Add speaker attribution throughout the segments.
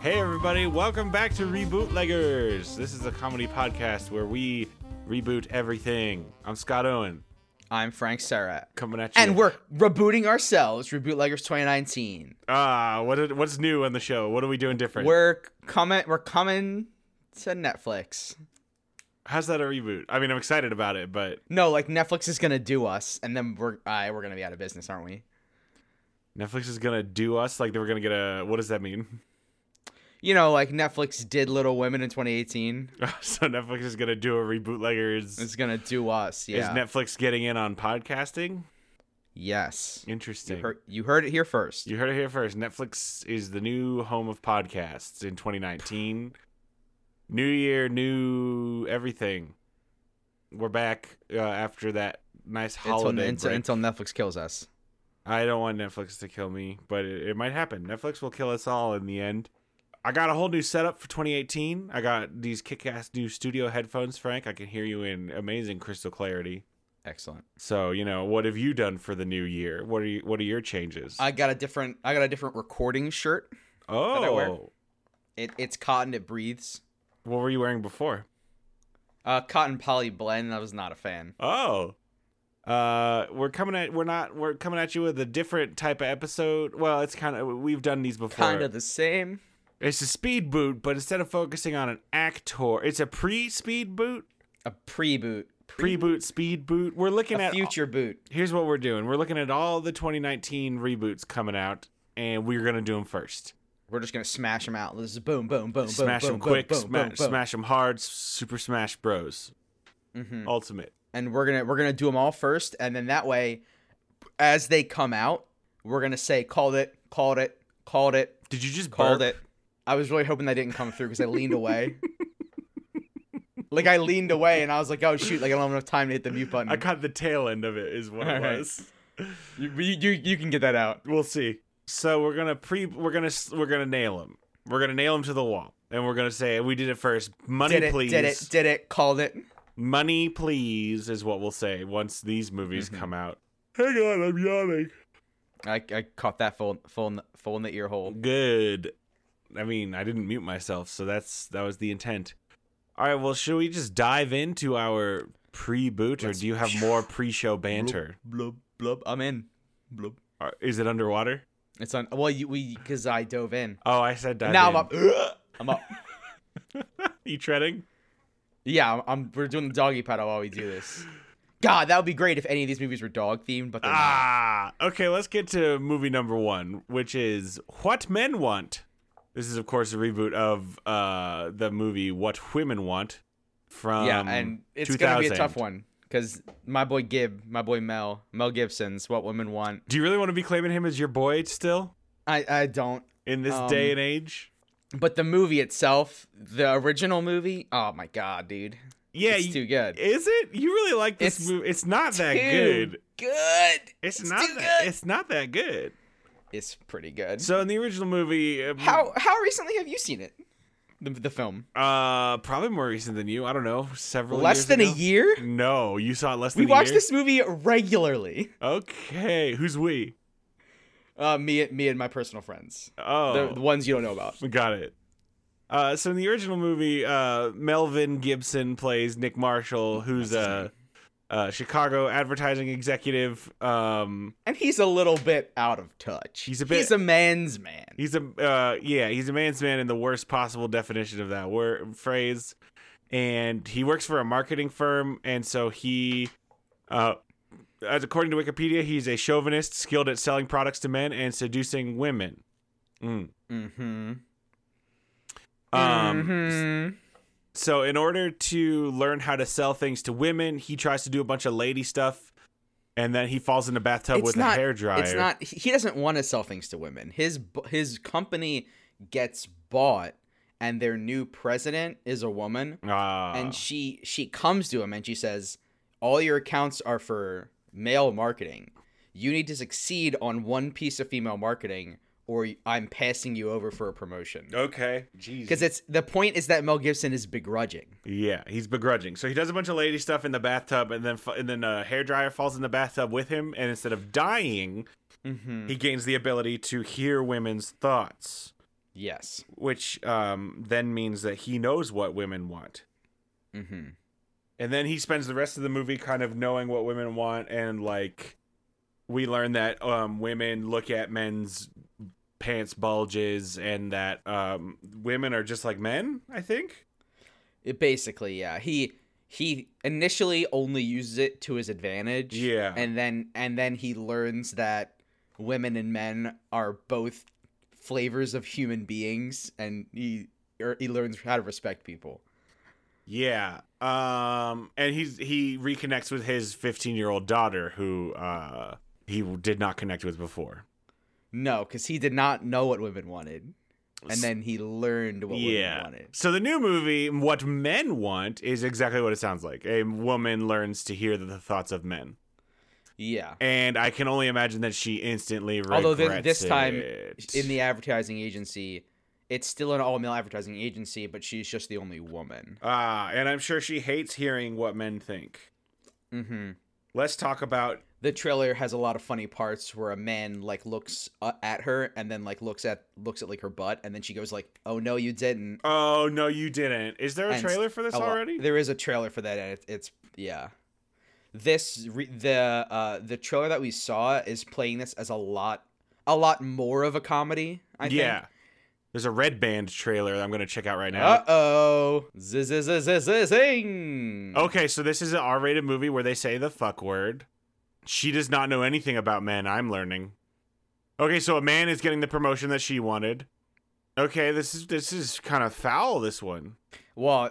Speaker 1: Hey, everybody, welcome back to Rebootleggers. This is a comedy podcast where we reboot everything. I'm Scott Owen,
Speaker 2: I'm Frank Serra.
Speaker 1: coming at you.
Speaker 2: And we're rebooting ourselves, Reboot Leggers 2019.
Speaker 1: Ah, what is, what's new on the show? What are we doing different?
Speaker 2: We're coming we're coming to Netflix.
Speaker 1: How's that a reboot? I mean, I'm excited about it, but
Speaker 2: No, like Netflix is gonna do us, and then we're uh, we're gonna be out of business, aren't we?
Speaker 1: Netflix is going to do us like they were going to get a. What does that mean?
Speaker 2: You know, like Netflix did Little Women in 2018.
Speaker 1: so, Netflix is going to do a Rebootleggers.
Speaker 2: It's gonna do us. Yeah.
Speaker 1: Is Netflix getting in on podcasting?
Speaker 2: yes.
Speaker 1: Interesting.
Speaker 2: You heard, you heard it here first.
Speaker 1: You heard it here first. Netflix is the new home of podcasts in 2019. New year, new everything. We're back uh, after that nice
Speaker 2: until,
Speaker 1: holiday
Speaker 2: until,
Speaker 1: break.
Speaker 2: until Netflix kills us.
Speaker 1: I don't want Netflix to kill me, but it, it might happen. Netflix will kill us all in the end. I got a whole new setup for 2018. I got these kick-ass new studio headphones, Frank. I can hear you in amazing crystal clarity.
Speaker 2: Excellent.
Speaker 1: So, you know, what have you done for the new year? What are you, what are your changes?
Speaker 2: I got a different I got a different recording shirt. I wear-
Speaker 1: oh.
Speaker 2: It, it's cotton, it breathes.
Speaker 1: What were you wearing before?
Speaker 2: Uh, cotton poly blend. I was not a fan.
Speaker 1: Oh. Uh, we're coming at we're not we're coming at you with a different type of episode. Well, it's kind of we've done these before.
Speaker 2: Kind of the same.
Speaker 1: It's a speed boot, but instead of focusing on an actor, it's a pre-speed boot,
Speaker 2: a pre-boot,
Speaker 1: pre-boot, speed boot. We're looking
Speaker 2: a
Speaker 1: at
Speaker 2: future boot.
Speaker 1: here's what we're doing. We're looking at all the 2019 reboots coming out, and we're gonna do them first.
Speaker 2: We're just gonna smash them out. This is boom, boom, boom,
Speaker 1: Smash
Speaker 2: boom,
Speaker 1: them
Speaker 2: boom,
Speaker 1: quick,
Speaker 2: boom,
Speaker 1: smash,
Speaker 2: boom, boom.
Speaker 1: smash them hard. Super Smash Bros.
Speaker 2: Mhm.
Speaker 1: Ultimate.
Speaker 2: And we're gonna we're gonna do them all first, and then that way, as they come out, we're gonna say called it, called it, called it,
Speaker 1: Did you just
Speaker 2: called
Speaker 1: burp?
Speaker 2: it. I was really hoping that didn't come through because I leaned away. like I leaned away, and I was like, oh shoot, like I don't have enough time to hit the mute button.
Speaker 1: I caught the tail end of it. Is what
Speaker 2: All
Speaker 1: it
Speaker 2: right.
Speaker 1: was.
Speaker 2: you, you you you can get that out.
Speaker 1: we'll see. So we're gonna pre, we're gonna, s- we're gonna nail him. We're gonna nail him to the wall, and we're gonna say we did it first. Money,
Speaker 2: Did it?
Speaker 1: please.
Speaker 2: Did it? Did it? Called it.
Speaker 1: Money, please, is what we'll say once these movies come out. Hang on, I'm yawning.
Speaker 2: I, I caught that full full in the, full in the ear hole.
Speaker 1: Good. I mean, I didn't mute myself, so that's that was the intent. All right. Well, should we just dive into our pre-boot, or do you have more pre-show banter?
Speaker 2: Blub blub. I'm in. Blub.
Speaker 1: Or- Is it underwater?
Speaker 2: It's on. Well, you, we because I dove in.
Speaker 1: Oh, I said dive.
Speaker 2: now
Speaker 1: in.
Speaker 2: I'm up. I'm up.
Speaker 1: you treading?
Speaker 2: Yeah, I'm, I'm. We're doing the doggy paddle while we do this. God, that would be great if any of these movies were dog themed, but they're not.
Speaker 1: Ah, okay. Let's get to movie number one, which is What Men Want. This is, of course, a reboot of uh, the movie What Women Want from
Speaker 2: yeah, and it's gonna be a
Speaker 1: 2000.
Speaker 2: tough one because my boy Gib, my boy Mel, Mel Gibson's "What Women Want."
Speaker 1: Do you really want to be claiming him as your boy still
Speaker 2: I I don't.
Speaker 1: in this
Speaker 2: Um,
Speaker 1: day and age?
Speaker 2: But the movie itself, the original movie, oh my god, dude,
Speaker 1: Yeah,
Speaker 2: it's
Speaker 1: you-
Speaker 2: too good.
Speaker 1: is it? You really like this
Speaker 2: It's
Speaker 1: movie? It's not that
Speaker 2: too
Speaker 1: good.
Speaker 2: Good.
Speaker 1: It's, not.
Speaker 2: too
Speaker 1: That,
Speaker 2: good.
Speaker 1: It's not that good.
Speaker 2: It's pretty good.
Speaker 1: So in the original movie, um,
Speaker 2: How how recently have you seen it? The, the film.
Speaker 1: Uh, probably more recent than you. I don't know. Several
Speaker 2: Less
Speaker 1: years
Speaker 2: than a
Speaker 1: ago?
Speaker 2: year?
Speaker 1: No, you saw it less
Speaker 2: We
Speaker 1: than a
Speaker 2: watch
Speaker 1: year?
Speaker 2: this movie regularly.
Speaker 1: Okay, who's we?
Speaker 2: Uh, me and me and my personal friends.
Speaker 1: Oh,
Speaker 2: The, the ones you don't know about.
Speaker 1: got it. Uh, so in the original movie, uh, Melvin Gibson plays Nick Marshall, who's a, a Chicago advertising executive. Um,
Speaker 2: And he's a little bit out of touch.
Speaker 1: He's a bit-
Speaker 2: He's a man's man.
Speaker 1: he's a uh, yeah, he's a man's man in the worst possible definition of that word phrase. And he works for a marketing firm, and so he, uh, as according to Wikipedia, he's a chauvinist skilled at selling products to men and seducing women. Mm.
Speaker 2: Mm-hmm.
Speaker 1: Um, So, in order to learn how to sell things to women, he tries to do a bunch of lady stuff, and then he falls in the bathtub
Speaker 2: It's
Speaker 1: with
Speaker 2: not-
Speaker 1: a hair dryer.
Speaker 2: It's not. He he doesn't want to sell things to women. His b- his company gets bought, and their new president is a woman.
Speaker 1: Ah,
Speaker 2: and she she comes to him and she says all your accounts are for male marketing you need to succeed on one piece of female marketing or i'm passing you over for a promotion
Speaker 1: Oh, okay, jeez.
Speaker 2: because it's the point is that mel gibson is begrudging
Speaker 1: yeah, he's begrudging. So he does a bunch of lady stuff in the bathtub, and then fa- and then a hair dryer falls in the bathtub with him, and instead of dying,
Speaker 2: mm-hmm.
Speaker 1: Hmm. he gains the ability to hear women's thoughts.
Speaker 2: Yes.
Speaker 1: which um, then means that he knows what women want.
Speaker 2: Mm-hmm.
Speaker 1: And then he spends the rest of the movie kind of knowing what women want and like we learn that um women look at men's pants bulges and that um women are just like men, I think.
Speaker 2: It basically, yeah. He he initially only uses it to his advantage.
Speaker 1: Yeah.
Speaker 2: And then and then he learns that women and men are both flavors of human beings and he or he learns how to respect people.
Speaker 1: Yeah. Um and he's he reconnects with his 15-year-old daughter who uh he did not connect with before.
Speaker 2: No, cuz he did not know what women wanted.
Speaker 1: S-
Speaker 2: And then he learned what
Speaker 1: yeah.
Speaker 2: women wanted.
Speaker 1: So the new movie, What Men Want, is exactly what it sounds like. A woman learns to hear the thoughts of men.
Speaker 2: Yeah.
Speaker 1: and I can only imagine that she instantly regrets
Speaker 2: Although thi- this time
Speaker 1: it.
Speaker 2: In the advertising agency, it's still an all-male advertising agency, but she's just the only woman.
Speaker 1: ah, and I'm sure she hates hearing what men think.
Speaker 2: Mhm.
Speaker 1: Let's talk about
Speaker 2: the trailer has a lot of funny parts where a man like looks uh, at her and then like looks at looks at like her butt and then she goes like oh no you didn't
Speaker 1: oh no, you didn't. Is there a
Speaker 2: And
Speaker 1: trailer for this
Speaker 2: Oh, well,
Speaker 1: already?
Speaker 2: there is a trailer for that and it, it's yeah this re- the uh the trailer that we saw is playing this as a lot a lot more of a comedy i
Speaker 1: yeah,
Speaker 2: think
Speaker 1: there's a Red Band trailer that I'm gonna check out right now.
Speaker 2: uh-oh zing
Speaker 1: okay, so this is an R-rated movie where they say the fuck word. She does not know anything about men. I'm learning. Okay, so a man is getting the promotion that she wanted. Okay, this is this is kind of foul. This one.
Speaker 2: well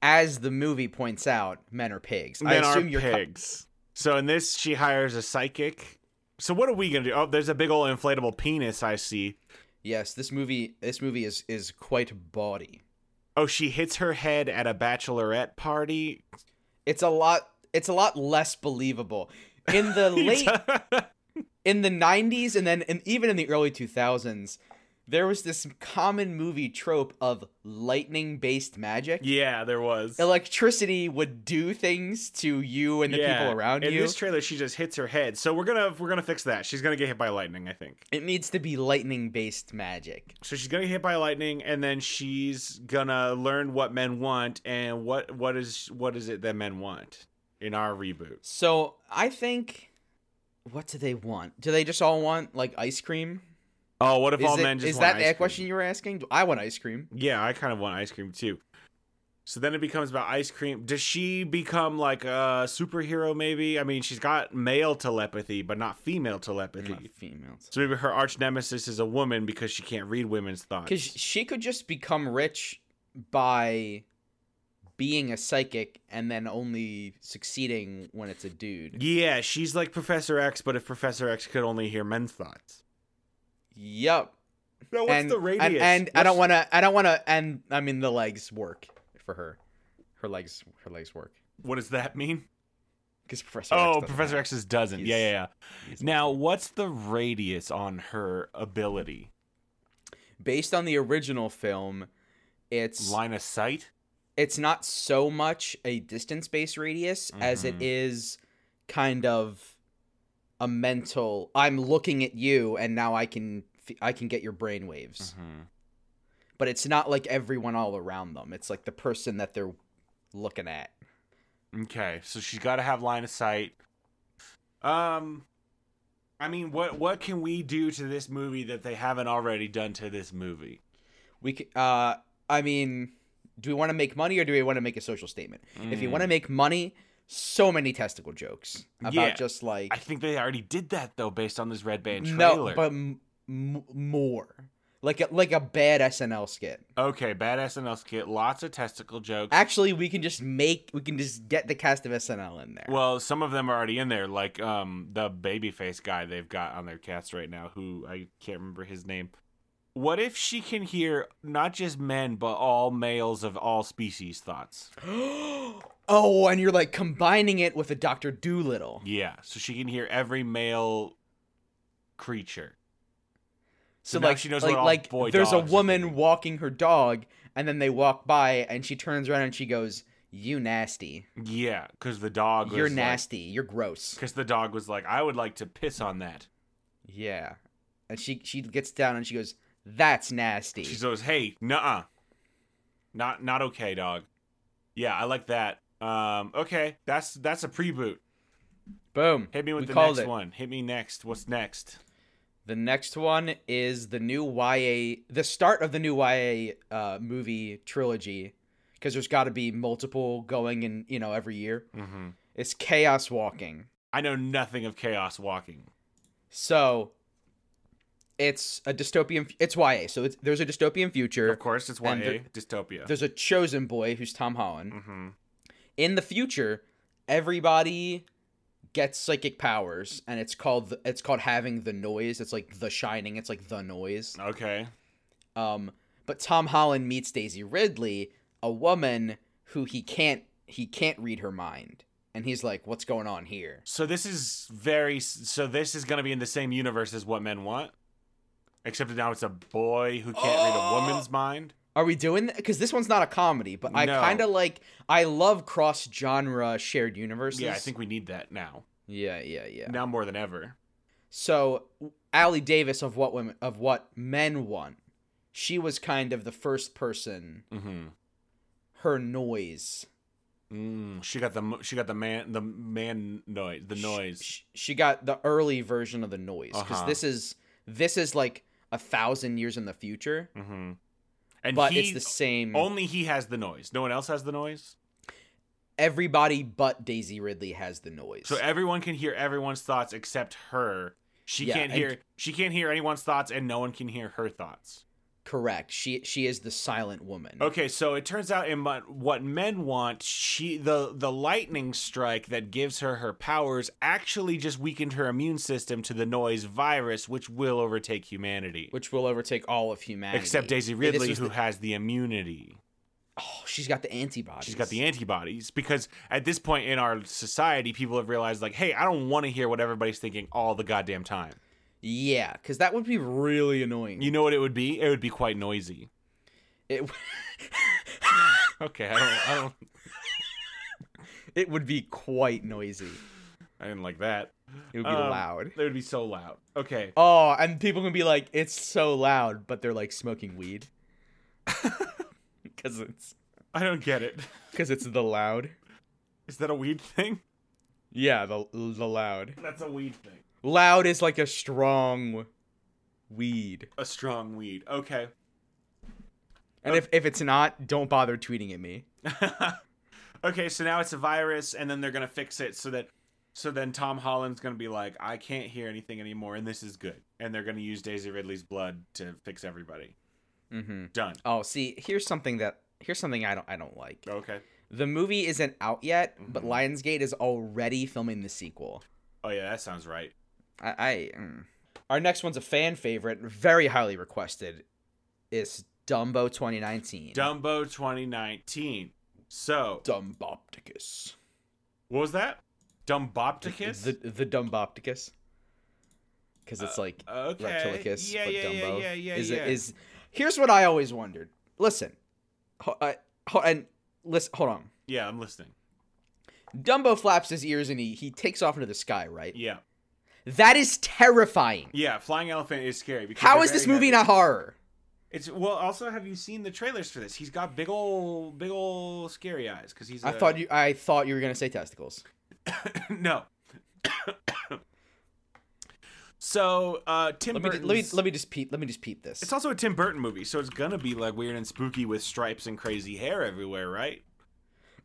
Speaker 2: as the movie points out men are pigs
Speaker 1: men
Speaker 2: i
Speaker 1: are
Speaker 2: assume you're co-
Speaker 1: pigs. so in this, she hires a psychic. So what are we gonna do? Oh, there's a big old inflatable penis. I see.
Speaker 2: yes this movie this movie is is quite bawdy
Speaker 1: Oh, she hits her head at a bachelorette party.
Speaker 2: it's a lot it's a lot less believable in the late in the 90s and then and even in the early 2000s there was this common movie trope of lightning based magic
Speaker 1: yeah, there was.
Speaker 2: electricity would do things to you and the
Speaker 1: Yeah.
Speaker 2: people around
Speaker 1: In
Speaker 2: you
Speaker 1: this trailer, she just hits her head. So we're gonna we're gonna fix that. She's gonna get hit by lightning, I think.
Speaker 2: it needs to be lightning based magic
Speaker 1: So she's gonna get hit by lightning, and then she's gonna learn what men want and what what is what is it that men want in our reboot.
Speaker 2: so i think what do they want do they just all want like ice cream
Speaker 1: Oh, what if
Speaker 2: is,
Speaker 1: all
Speaker 2: it-
Speaker 1: men just
Speaker 2: is
Speaker 1: want
Speaker 2: that
Speaker 1: ice
Speaker 2: the
Speaker 1: cream?
Speaker 2: question you were asking i want ice cream
Speaker 1: Yeah, I kind of want ice cream too. So then it becomes about ice cream. Does she become like a superhero? Maybe. I mean, she's got male telepathy, but not female telepathy.
Speaker 2: Not females
Speaker 1: So maybe her arch nemesis is a woman because she can't read women's thoughts.
Speaker 2: Because she could just become rich by being a psychic and then only succeeding when it's a dude.
Speaker 1: yeah, she's like Professor X, but if Professor X could only hear men's thoughts.
Speaker 2: Yep.
Speaker 1: No, what's
Speaker 2: and,
Speaker 1: the radius?
Speaker 2: And, and I don't
Speaker 1: What's-
Speaker 2: want to. I don't want to. And I mean, the legs work for her. Her legs. Her legs work.
Speaker 1: What does that mean?
Speaker 2: Because Professor. X
Speaker 1: Oh,
Speaker 2: doesn't
Speaker 1: Professor
Speaker 2: have-
Speaker 1: X's doesn't. Yeah,
Speaker 2: He's-
Speaker 1: yeah, yeah.
Speaker 2: he's
Speaker 1: Now, what's the radius on her ability?
Speaker 2: based on the original film, it's
Speaker 1: Line of sight?
Speaker 2: it's not so much a distance based radius as it
Speaker 1: Mhm.
Speaker 2: is kind of a mental i'm looking at you and now i can f- i can get your brain waves
Speaker 1: Mm-hmm.
Speaker 2: but it's not like everyone all around them it's like the person that they're looking at
Speaker 1: Okay, so she's got to have line of sight. Um, I mean, what what can we do to this movie that they haven't already done to this movie?
Speaker 2: we c- uh i mean do we want to make money or do we want to make a social statement if you want to
Speaker 1: Mm.
Speaker 2: make money so many testicle jokes about
Speaker 1: Yeah.
Speaker 2: just like
Speaker 1: Mm, I think they already did that though, based on this Red Band trailer.
Speaker 2: no but m- m- more like a, like a bad snl skit
Speaker 1: okay, bad SNL skit, lots of testicle jokes.
Speaker 2: Actually, we can just make we can just get the cast of SNL in there.
Speaker 1: well, some of them are already in there, like um the babyface guy they've got on their cast right now, who I can't remember his name. What if she can hear not just men but all males of all species thoughts?
Speaker 2: oh, and you're like combining it with a Doctor Doolittle.
Speaker 1: Yeah, so she can hear every male creature.
Speaker 2: So
Speaker 1: now
Speaker 2: like
Speaker 1: she knows
Speaker 2: like,
Speaker 1: what all
Speaker 2: like
Speaker 1: boy
Speaker 2: there's a
Speaker 1: dogs are
Speaker 2: woman
Speaker 1: thinking.
Speaker 2: walking her dog, and then they walk by, and she turns around and she goes, "You nasty.
Speaker 1: Yeah, because the dog.
Speaker 2: You're nasty. You're gross."
Speaker 1: Because the dog was like, I would like to piss on that.
Speaker 2: Yeah, and she she gets down and she goes, That's nasty.
Speaker 1: She goes, "Hey, nuh-uh. not not okay, dog." Yeah, I like that. Um, okay, that's that's a preboot.
Speaker 2: Boom.
Speaker 1: Hit me with
Speaker 2: we
Speaker 1: the
Speaker 2: called
Speaker 1: next
Speaker 2: it.
Speaker 1: one. Hit me next. What's next?
Speaker 2: The next one is the new YA, the start of the new YA uh, movie trilogy, because there's got to be multiple going in, you know, every year.
Speaker 1: Mm-hmm.
Speaker 2: It's Chaos Walking.
Speaker 1: I know nothing of Chaos Walking.
Speaker 2: So it's a dystopian, it's YA. So it's, there's a dystopian future.
Speaker 1: Of course, it's YA
Speaker 2: And there-
Speaker 1: dystopia.
Speaker 2: There's a chosen boy who's Tom Holland.
Speaker 1: mm-hmm.
Speaker 2: in the future everybody gets psychic powers and it's called it's called having the noise it's like the shining it's like the noise
Speaker 1: Okay.
Speaker 2: um but tom holland meets daisy ridley a woman who he can't he can't read her mind and he's like what's going on here
Speaker 1: So this is very. So this is going to be in the same universe as What Men Want, except now it's a boy who can't
Speaker 2: Oh.
Speaker 1: read a woman's mind.
Speaker 2: are we doing that because this one's not a comedy but i
Speaker 1: No.
Speaker 2: kind of like i love cross genre shared universes
Speaker 1: Yeah, I think we need that now.
Speaker 2: yeah yeah yeah
Speaker 1: Now more than ever.
Speaker 2: So Allie Davis of what women of what men want, she was kind of the first person.
Speaker 1: Mm-hmm.
Speaker 2: Her noise,
Speaker 1: Mm, she got the mo- she got the man the man noise the
Speaker 2: Sh-
Speaker 1: noise.
Speaker 2: sh- She, got the early version of the noise because
Speaker 1: Uh-huh.
Speaker 2: this is this is like a thousand years in the future,
Speaker 1: mm-hmm. And
Speaker 2: but
Speaker 1: he
Speaker 2: it's the mm. same.
Speaker 1: only he has the noise. No one else has the noise.
Speaker 2: everybody but Daisy Ridley has the noise.
Speaker 1: So e-, everyone can hear everyone's thoughts except her. She
Speaker 2: Yeah,
Speaker 1: can't
Speaker 2: and-
Speaker 1: hear she can't hear anyone's thoughts and no one can hear her thoughts.
Speaker 2: Correct. She she is the silent woman.
Speaker 1: Okay, so it turns out in what, what men want, she the the lightning strike that gives her her powers actually just weakened her immune system to the noise virus which will overtake humanity.
Speaker 2: Which will overtake all of humanity
Speaker 1: Except Daisy
Speaker 2: Yeah, this
Speaker 1: Ridley
Speaker 2: was
Speaker 1: who
Speaker 2: the-
Speaker 1: has the immunity.
Speaker 2: oh, she's got the antibodies.
Speaker 1: She's got the antibodies because at this point in our society, people have realized like, hey, I don't want to hear what everybody's thinking all the goddamn time.
Speaker 2: yeah, because that would be really annoying.
Speaker 1: You know what it would be? It would be quite noisy.
Speaker 2: It
Speaker 1: Okay, I don't, I don't,
Speaker 2: it would be quite noisy.
Speaker 1: I didn't like that.
Speaker 2: It would be
Speaker 1: Um,
Speaker 2: loud.
Speaker 1: It would be so loud. Okay,
Speaker 2: Oh, and people can be like, "It's so loud," but they're like smoking weed because it's
Speaker 1: I don't get it.
Speaker 2: because it's the loud.
Speaker 1: Is that a weed thing?
Speaker 2: Yeah, the the loud.
Speaker 1: That's a weed thing.
Speaker 2: Loud is like a strong weed.
Speaker 1: A strong weed. Okay.
Speaker 2: And if if it's not, don't bother tweeting at me.
Speaker 1: okay, so now it's a virus, and then they're gonna fix it so that so then Tom Holland's gonna be like, I can't hear anything anymore, and this is good. And they're gonna use Daisy Ridley's blood to fix everybody.
Speaker 2: Mm-hmm.
Speaker 1: Done.
Speaker 2: Oh, see, here's something that here's something I don't I don't like.
Speaker 1: Okay.
Speaker 2: The movie isn't out yet, but
Speaker 1: Mhm.
Speaker 2: Lionsgate is already filming the sequel.
Speaker 1: Oh yeah, that sounds right.
Speaker 2: I, I mm. our next one's a fan favorite, very highly requested, is Dumbo 2019.
Speaker 1: Dumbo 2019. So
Speaker 2: Dumbopticus.
Speaker 1: what was that? Dumbopticus.
Speaker 2: The the Dumbopticus. Because it's like
Speaker 1: Uh, okay.
Speaker 2: Reptilicus,
Speaker 1: yeah,
Speaker 2: but
Speaker 1: yeah, yeah,
Speaker 2: Dumbo.
Speaker 1: yeah, yeah,
Speaker 2: is
Speaker 1: yeah.
Speaker 2: it is? Here's what I always wondered. Listen, ho, I, ho, and listen. Hold on.
Speaker 1: yeah, I'm listening.
Speaker 2: Dumbo flaps his ears and he he takes off into the sky. Right.
Speaker 1: Yeah,
Speaker 2: That is terrifying.
Speaker 1: yeah. Flying elephant is scary. Because
Speaker 2: How
Speaker 1: they're
Speaker 2: is this
Speaker 1: very
Speaker 2: movie
Speaker 1: heavy.
Speaker 2: not horror?
Speaker 1: It's well. Also, have you seen the trailers for this? He's got big old, big old scary eyes because he's.
Speaker 2: I
Speaker 1: a-
Speaker 2: thought you I thought you were gonna say testicles.
Speaker 1: no. so uh, Tim
Speaker 2: Let me,
Speaker 1: Burton's-
Speaker 2: let me let me just peep let me just peep this.
Speaker 1: It's also a Tim Burton movie, so it's gonna be like weird and spooky with stripes and crazy hair everywhere, right?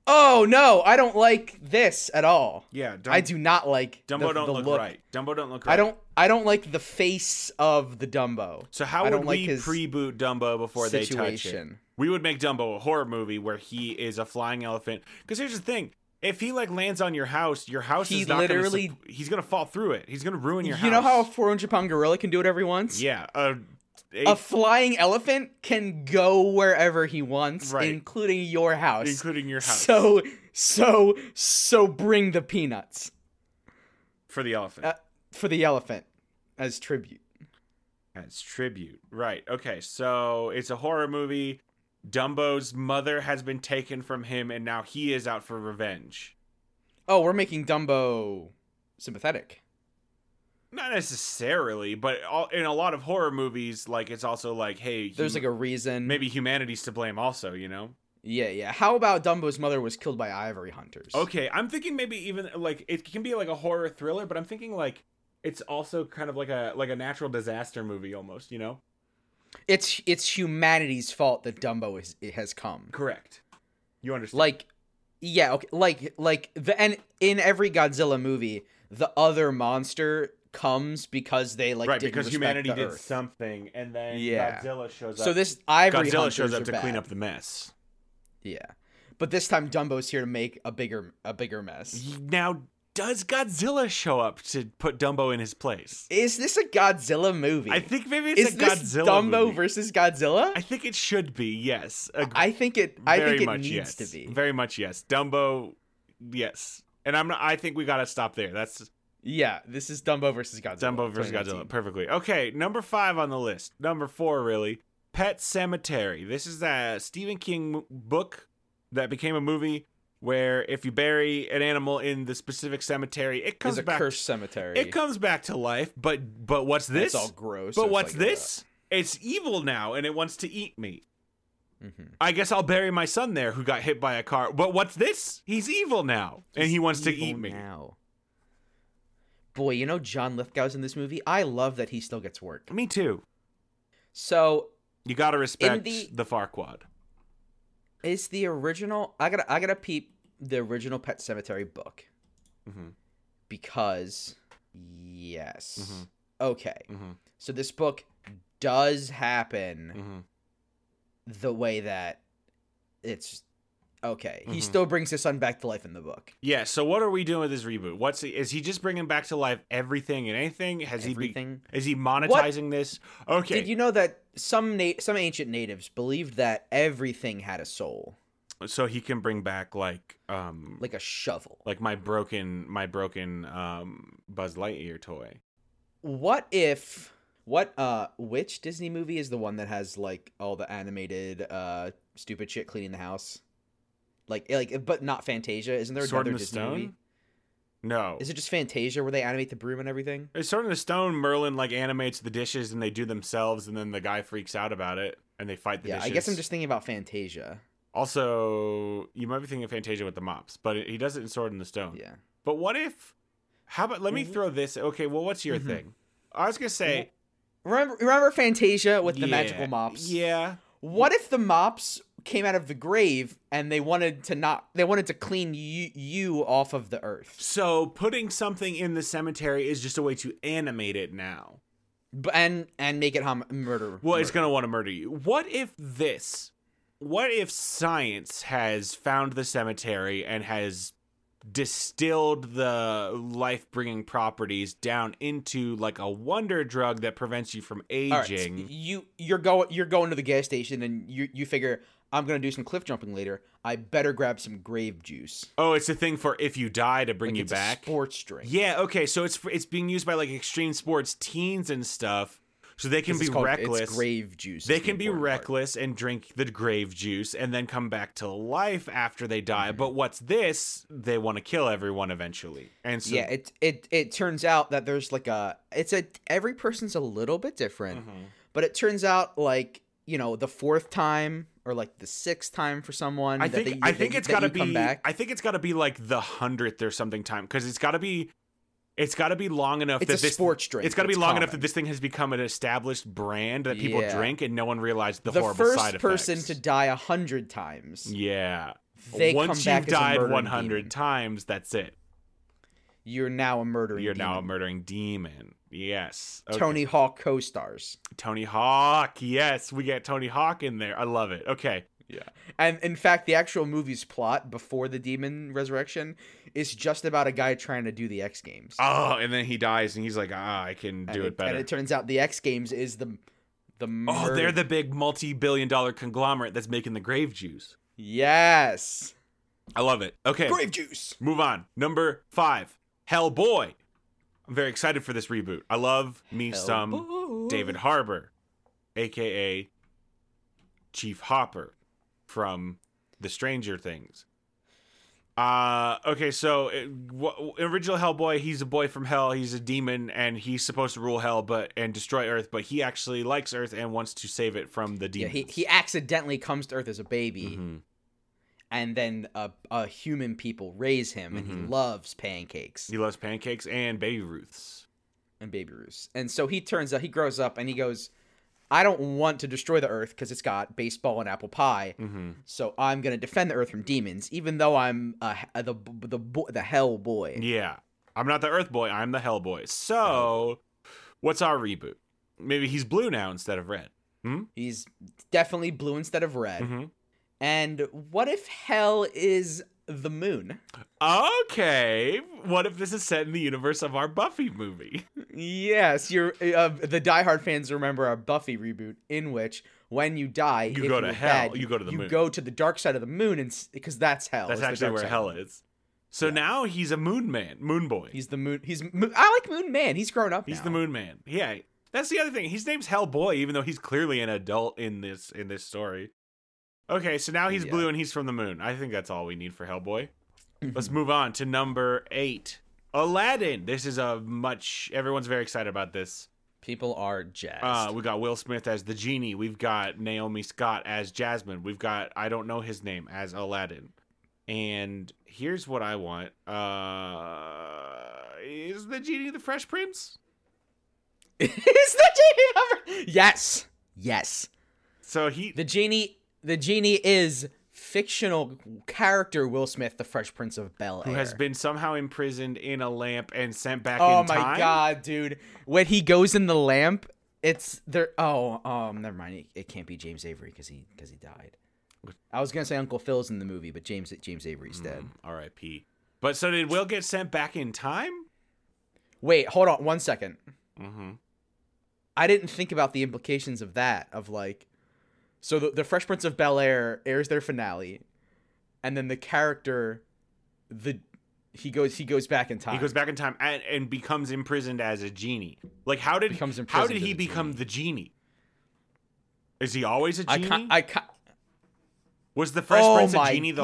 Speaker 2: Oh no, I don't like this at all.
Speaker 1: Yeah,
Speaker 2: I do not like
Speaker 1: Dumbo
Speaker 2: the,
Speaker 1: don't
Speaker 2: the
Speaker 1: look, right. Dumbo don't look right.
Speaker 2: I don't I don't like the face of the Dumbo
Speaker 1: So how
Speaker 2: I
Speaker 1: would
Speaker 2: don't like
Speaker 1: we
Speaker 2: his
Speaker 1: pre-boot Dumbo before they touch it?
Speaker 2: situation.
Speaker 1: We would make Dumbo a horror movie where he is a flying elephant. Because here's the thing: if he like lands on your house, your house
Speaker 2: He
Speaker 1: is not
Speaker 2: literally-
Speaker 1: Gonna, sup- he's gonna fall through it. He's gonna ruin your house.
Speaker 2: You know how a 400 pound gorilla can do it every once?
Speaker 1: Yeah. Uh, eight,
Speaker 2: A flying elephant can go wherever he wants,
Speaker 1: Right.
Speaker 2: including your house.
Speaker 1: including your house.
Speaker 2: So so so bring the peanuts
Speaker 1: for the elephant
Speaker 2: uh, for the elephant as tribute.
Speaker 1: as tribute. Right. Okay. So it's a horror movie. Dumbo's mother has been taken from him, and now he is out for revenge.
Speaker 2: Oh, we're making Dumbo sympathetic.
Speaker 1: Not necessarily, but all, in a lot of horror movies, like it's also like, hey,
Speaker 2: There's
Speaker 1: hum-
Speaker 2: like a reason.
Speaker 1: maybe humanity's to blame, also. You know?
Speaker 2: Yeah, yeah. How about Dumbo's mother was killed by ivory hunters?
Speaker 1: Okay, I'm thinking maybe even like it can be like a horror thriller, but I'm thinking like it's also kind of like a like a natural disaster movie almost. You know?
Speaker 2: It's it's humanity's fault that Dumbo is it has come.
Speaker 1: Correct. You understand?
Speaker 2: Like yeah, okay. Like like the and in every Godzilla movie, the other monster comes because they like
Speaker 1: right,
Speaker 2: didn't
Speaker 1: because
Speaker 2: respect
Speaker 1: humanity
Speaker 2: the
Speaker 1: did
Speaker 2: Earth.
Speaker 1: something, and then
Speaker 2: Yeah.
Speaker 1: Godzilla shows up.
Speaker 2: So this ivory
Speaker 1: Godzilla
Speaker 2: hunters
Speaker 1: shows
Speaker 2: are
Speaker 1: up to clean
Speaker 2: bad.
Speaker 1: up the mess.
Speaker 2: Yeah. But this time Dumbo's here to make a bigger a bigger mess.
Speaker 1: Now, does Godzilla show up to put Dumbo in his place?
Speaker 2: Is this a Godzilla movie?
Speaker 1: I think maybe it's
Speaker 2: is
Speaker 1: a
Speaker 2: this
Speaker 1: Godzilla
Speaker 2: Dumbo
Speaker 1: movie.
Speaker 2: versus Godzilla?
Speaker 1: I think it should be yes. Ag-
Speaker 2: I think it. I
Speaker 1: very
Speaker 2: think it
Speaker 1: much
Speaker 2: needs
Speaker 1: yes.
Speaker 2: to be.
Speaker 1: Very much yes. Dumbo, yes. And I'm. Not, I think we gotta stop there. That's
Speaker 2: Yeah, this is Dumbo versus Godzilla.
Speaker 1: Dumbo versus Godzilla.
Speaker 2: 2019.
Speaker 1: Perfectly. Okay, number five on the list. Number four, really. Pet Cemetery. This is a Stephen King m- book that became a movie where if you bury an animal in the specific cemetery, it comes
Speaker 2: There's a
Speaker 1: back.
Speaker 2: cursed cemetery.
Speaker 1: It comes back to life. But but what's this?
Speaker 2: It's all gross.
Speaker 1: but what's this? It's evil now, and it wants to eat me.
Speaker 2: hmm
Speaker 1: I guess I'll bury my son there who got hit by a car. But what's this? He's evil now and he wants to eat me.
Speaker 2: now. Boy, you know John Lithgow's in this movie. I love that he still gets work.
Speaker 1: Me too.
Speaker 2: So
Speaker 1: You got to respect the,
Speaker 2: the-
Speaker 1: Farquad.
Speaker 2: is the original. I gotta I gotta peep the original Pet Cemetery book
Speaker 1: Mhm.
Speaker 2: because yes.
Speaker 1: Mhm.
Speaker 2: Okay,
Speaker 1: Mhm.
Speaker 2: so this book does happen.
Speaker 1: Mhm.
Speaker 2: the way that it's okay. He
Speaker 1: Mhm.
Speaker 2: still brings his son back to life in the book.
Speaker 1: Yeah, so what are we doing with this reboot? What's he, is he just bringing back to life everything and anything? Has
Speaker 2: Everything.
Speaker 1: he be, is he monetizing this? Okay.
Speaker 2: Did you know that some na- some ancient natives believed that everything had a soul,
Speaker 1: so he can bring back like um like,
Speaker 2: like a shovel?
Speaker 1: my broken my broken um Buzz Lightyear toy.
Speaker 2: What if what uh which Disney movie is the one that has like all the animated uh stupid shit cleaning the house? Like eh, like but not Fantasia, isn't there
Speaker 1: Sword
Speaker 2: another
Speaker 1: in the
Speaker 2: Disney
Speaker 1: Stone?
Speaker 2: movie?
Speaker 1: No.
Speaker 2: Is it just Fantasia where they animate the broom and everything?
Speaker 1: It's sort of the stone. Merlin like animates the dishes and they do themselves, and then the guy freaks out about it and they fight the
Speaker 2: yeah,
Speaker 1: dishes.
Speaker 2: I guess I'm just thinking about Fantasia.
Speaker 1: also you might be thinking of Fantasia with the mops, but he does it in Sword in the Stone.
Speaker 2: Yeah.
Speaker 1: But what if? How about let me
Speaker 2: Mhm.
Speaker 1: throw this? Okay, well, what's your
Speaker 2: Mhm.
Speaker 1: thing? I was gonna say
Speaker 2: Remember remember Fantasia with the
Speaker 1: yeah,
Speaker 2: magical mops?
Speaker 1: Yeah,
Speaker 2: What if the mops came out of the grave and they wanted to not they wanted to clean you, you off of the earth.
Speaker 1: so putting something in the cemetery is just a way to animate it now.
Speaker 2: B- and and make it hum- murder.
Speaker 1: Well, it's
Speaker 2: murder.
Speaker 1: going to want to murder you. What if this? What if science has found the cemetery and has distilled the life bringing properties down into like a wonder drug that prevents you from
Speaker 2: All right, so
Speaker 1: aging?
Speaker 2: you you're going you're going to the gas station and you you figure I'm going to do some cliff jumping later. I better grab some grave juice.
Speaker 1: Oh, it's a thing for if you die to bring
Speaker 2: Like,
Speaker 1: you
Speaker 2: it's a
Speaker 1: back.
Speaker 2: sports drink.
Speaker 1: Yeah, okay. So it's it's being used by like extreme sports teens and stuff so they can
Speaker 2: It's
Speaker 1: be
Speaker 2: called-
Speaker 1: reckless.
Speaker 2: It's grave juice.
Speaker 1: They
Speaker 2: is the
Speaker 1: can be
Speaker 2: important part.
Speaker 1: reckless and drink the grave juice and then come back to life after they die.
Speaker 2: Mm-hmm.
Speaker 1: But what's this? They want to kill everyone eventually. And so
Speaker 2: yeah, it it it turns out that there's like a it's a every person's a little bit different.
Speaker 1: Mhm.
Speaker 2: But it turns out, like you know, the fourth time or like the sixth time for someone.
Speaker 1: I
Speaker 2: that
Speaker 1: think
Speaker 2: they-
Speaker 1: I
Speaker 2: that
Speaker 1: think
Speaker 2: you-
Speaker 1: it's
Speaker 2: that
Speaker 1: got to
Speaker 2: you come
Speaker 1: be
Speaker 2: Back.
Speaker 1: I think it's got to be like the 100th or something time cuz it's got to be it's got to be long enough
Speaker 2: it's
Speaker 1: that
Speaker 2: a
Speaker 1: this
Speaker 2: sports drink.
Speaker 1: It's got to be long enough that
Speaker 2: common.
Speaker 1: this thing has become an established brand that people
Speaker 2: Yeah.
Speaker 1: drink and no one realized the,
Speaker 2: the
Speaker 1: horrible
Speaker 2: first
Speaker 1: side effects.
Speaker 2: person to die a hundred times,
Speaker 1: Yeah.
Speaker 2: they
Speaker 1: Once
Speaker 2: come
Speaker 1: you've
Speaker 2: back as a
Speaker 1: died
Speaker 2: murdering
Speaker 1: 100
Speaker 2: demon.
Speaker 1: times, that's it.
Speaker 2: You're now a murderer.
Speaker 1: You're now a murdering demon. Yes. Okay.
Speaker 2: Tony Hawk co-stars,
Speaker 1: Tony Hawk. Yes, we get Tony Hawk in there. I love it. Okay.
Speaker 2: and in fact, the actual movie's plot before the demon resurrection is just about a guy trying to do the X Games.
Speaker 1: Oh, and then he dies, and he's like, "Ah, I can
Speaker 2: And
Speaker 1: do it better."
Speaker 2: And it turns out the X Games is the the
Speaker 1: oh,
Speaker 2: murder-
Speaker 1: they're the big multi-billion-dollar conglomerate that's making the grave juice.
Speaker 2: yes
Speaker 1: I love it. Okay,
Speaker 2: grave juice.
Speaker 1: move on. Number five, Hellboy. I'm very excited for this reboot. I love me
Speaker 2: Oh,
Speaker 1: some
Speaker 2: Hellboy.
Speaker 1: um, David Harbour, aka Chief Hopper, from The Stranger Things. Uh, okay, so it, w- original Hellboy, he's a boy from hell. He's a demon, and he's supposed to rule hell, but and destroy Earth. But he actually likes Earth and wants to save it from the
Speaker 2: Yeah,
Speaker 1: demons.
Speaker 2: he, he accidentally comes to Earth as a baby,
Speaker 1: Mhm.
Speaker 2: and then a, a human people raise him, and he
Speaker 1: Mhm.
Speaker 2: loves pancakes
Speaker 1: He loves pancakes and baby Ruths.
Speaker 2: and baby Ruths. And so he turns out he grows up and he goes, I don't want to destroy the Earth because it's got baseball and apple pie.
Speaker 1: Mm-hmm.
Speaker 2: So I'm gonna defend the Earth from demons, even though I'm uh, the the bo- the Hell Boy.
Speaker 1: Yeah, I'm not the Earth Boy. I'm the Hell Boy. So, what's our reboot? Maybe he's blue now instead of red.
Speaker 2: He's definitely blue instead of red.
Speaker 1: Mhm.
Speaker 2: And what if Hell is the moon?
Speaker 1: Okay, what if this is set in the universe of our Buffy movie?
Speaker 2: Yes, you're uh, the diehard fans remember our Buffy reboot, in which when you die,
Speaker 1: You
Speaker 2: if
Speaker 1: go
Speaker 2: you
Speaker 1: to
Speaker 2: were
Speaker 1: hell,
Speaker 2: dead,
Speaker 1: you go to the
Speaker 2: you
Speaker 1: moon.
Speaker 2: go to the dark side of the moon, because that's hell.
Speaker 1: That's
Speaker 2: is the
Speaker 1: actually
Speaker 2: dark
Speaker 1: where
Speaker 2: side.
Speaker 1: hell is. So
Speaker 2: Yeah.
Speaker 1: now he's a moon man, moon boy.
Speaker 2: He's the moon. He's mo- I like Moon Man. He's grown up.
Speaker 1: He's
Speaker 2: now.
Speaker 1: the Moon Man. Yeah, that's the other thing. His name's Hellboy, even though he's clearly an adult in this in this story. Okay, so now he's
Speaker 2: Yeah.
Speaker 1: blue and he's from the moon. I think that's all we need for Hellboy. Let's move on to number eight, Aladdin. This is a much everyone's very excited about this.
Speaker 2: People are jazzed.
Speaker 1: Uh, we got Will Smith as the genie. We've got Naomi Scott as Jasmine. We've got I don't know his name as Aladdin. And here's what I want: uh, is the genie the Fresh Prince?
Speaker 2: is the genie number? Yes, yes.
Speaker 1: So he
Speaker 2: The genie. The genie is fictional character Will Smith, the Fresh Prince of Bel Air.
Speaker 1: who has been somehow imprisoned in a lamp and sent back
Speaker 2: Oh
Speaker 1: in
Speaker 2: my
Speaker 1: time.
Speaker 2: god, dude! When he goes in the lamp, it's there. Oh, um, never mind. It, it can't be James Avery because he because he died. I was gonna say Uncle Phil's in the movie, but James James Avery's
Speaker 1: Mm-hmm.
Speaker 2: dead.
Speaker 1: R.I.P. But so did Will get sent back in time?
Speaker 2: Wait, hold on one second.
Speaker 1: Mm-hmm.
Speaker 2: I didn't think about the implications of that. Of like, so the, the Fresh Prince of Bel Air airs their finale, and then the character, the he goes he goes back in time.
Speaker 1: He goes back in time and, and becomes imprisoned as a genie. Like how did
Speaker 2: Becomes
Speaker 1: how
Speaker 2: imprisoned
Speaker 1: did
Speaker 2: as
Speaker 1: he
Speaker 2: a
Speaker 1: become
Speaker 2: genie.
Speaker 1: the genie? Is he always a
Speaker 2: I
Speaker 1: genie?
Speaker 2: can I can
Speaker 1: Was the Fresh
Speaker 2: oh
Speaker 1: Prince a
Speaker 2: my
Speaker 1: genie the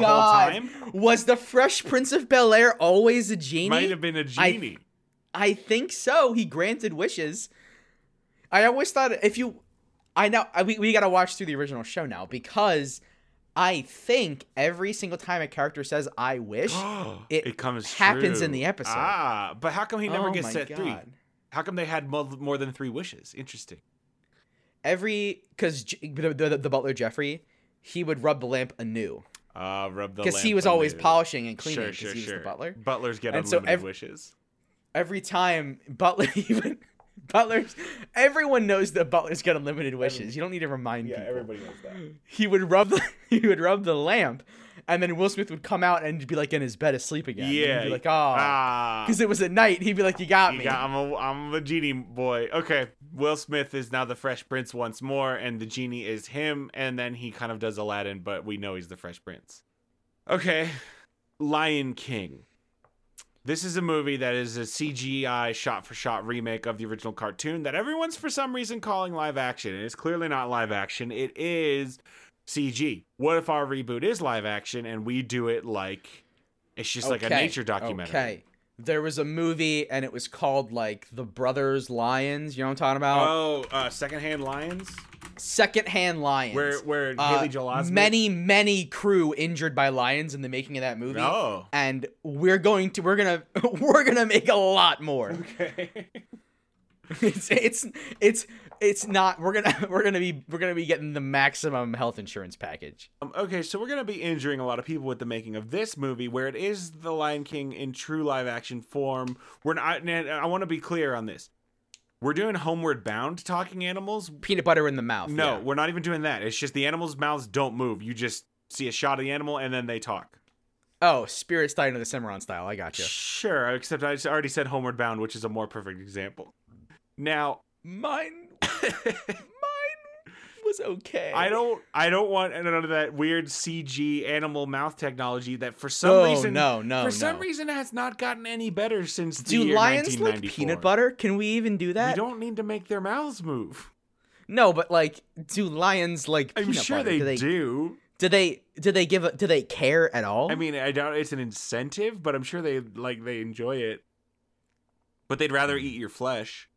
Speaker 1: whole
Speaker 2: God.
Speaker 1: time?
Speaker 2: Was the Fresh Prince of Bel Air always a genie?
Speaker 1: Might have been a
Speaker 2: I-
Speaker 1: genie.
Speaker 2: I think so. He granted wishes. I always thought if you, I know I, we we gotta watch through the original show now because I think every single time a character says "I wish," it
Speaker 1: comes
Speaker 2: happens
Speaker 1: true.
Speaker 2: in the episode.
Speaker 1: Ah, but how come he never
Speaker 2: Oh
Speaker 1: gets
Speaker 2: my
Speaker 1: set three?
Speaker 2: God.
Speaker 1: How come they had mo- more than three wishes? Interesting.
Speaker 2: Every because the, the the Butler Jeffrey, he would rub the lamp anew
Speaker 1: Uh, rub the
Speaker 2: because he
Speaker 1: lamp
Speaker 2: was
Speaker 1: on
Speaker 2: always
Speaker 1: you.
Speaker 2: polishing and cleaning
Speaker 1: Sure,
Speaker 2: because
Speaker 1: sure,
Speaker 2: he was
Speaker 1: sure.
Speaker 2: the butler.
Speaker 1: Butlers get
Speaker 2: And so
Speaker 1: unlimited
Speaker 2: ev-
Speaker 1: wishes.
Speaker 2: Every time Butler even. Butlers, everyone knows that Butler's got unlimited wishes. You don't need to remind people.
Speaker 1: knows that.
Speaker 2: he would rub the he would rub the lamp, and then Will Smith would come out and be like in his bed asleep again. And he'd
Speaker 1: Yeah.
Speaker 2: be like ah,
Speaker 1: Ah,
Speaker 2: because it was at night. He'd be like, "You got
Speaker 1: you
Speaker 2: me."
Speaker 1: got- I'm a I'm a genie boy. Okay, Will Smith is now the Fresh Prince once more, and the genie is him, and then he kind of does Aladdin, but we know he's the Fresh Prince. Okay, Lion King. This is a movie that is a CGI shot for shot remake of the original cartoon that everyone's for some reason calling live action. And it's clearly not live action. It is CG. What if our reboot is live action and we do it like it's just like a
Speaker 2: Okay,
Speaker 1: nature documentary?
Speaker 2: Okay, there was a movie and it was called like The Brothers Lions. You know what I'm talking about?
Speaker 1: Oh, uh, secondhand lions,
Speaker 2: Secondhand Lions.
Speaker 1: Oh. where where
Speaker 2: uh,
Speaker 1: Haley Joel Osment.
Speaker 2: many many crew injured by lions in the making of that movie.
Speaker 1: Oh,
Speaker 2: And we're going to we're gonna we're gonna make a lot more.
Speaker 1: okay.
Speaker 2: it's it's it's it's not we're gonna we're gonna be we're gonna be getting the maximum health insurance package
Speaker 1: Um, okay, so we're gonna be injuring a lot of people with the making of this movie, where it is the Lion King in true live action form. We're not. And I want to be clear on this. We're doing Homeward Bound talking animals.
Speaker 2: peanut butter in the mouth
Speaker 1: No,
Speaker 2: yeah.
Speaker 1: we're not even doing that. It's just the animals' mouths don't move. You just see a shot of the animal and then they talk.
Speaker 2: oh spirit style of the cimarron style i gotcha
Speaker 1: Sure, except I already said Homeward Bound, which is a more perfect example. Now,
Speaker 2: mine was okay
Speaker 1: I don't I don't want none of that weird CG animal mouth technology that for some
Speaker 2: no,
Speaker 1: reason
Speaker 2: Oh, no no
Speaker 1: for some
Speaker 2: no.
Speaker 1: reason has not gotten any better since the
Speaker 2: do
Speaker 1: year
Speaker 2: lions like peanut
Speaker 1: 1994.
Speaker 2: butter can we even do
Speaker 1: We
Speaker 2: that
Speaker 1: don't need to make their mouths move.
Speaker 2: no but like do lions like
Speaker 1: I'm
Speaker 2: peanut
Speaker 1: sure
Speaker 2: butter?
Speaker 1: they,
Speaker 2: do they
Speaker 1: do.
Speaker 2: Do they do they give a, do they care at all?
Speaker 1: I mean, I doubt it's an incentive, but I'm sure they like they enjoy it. But they'd rather
Speaker 2: Hmm.
Speaker 1: eat your flesh.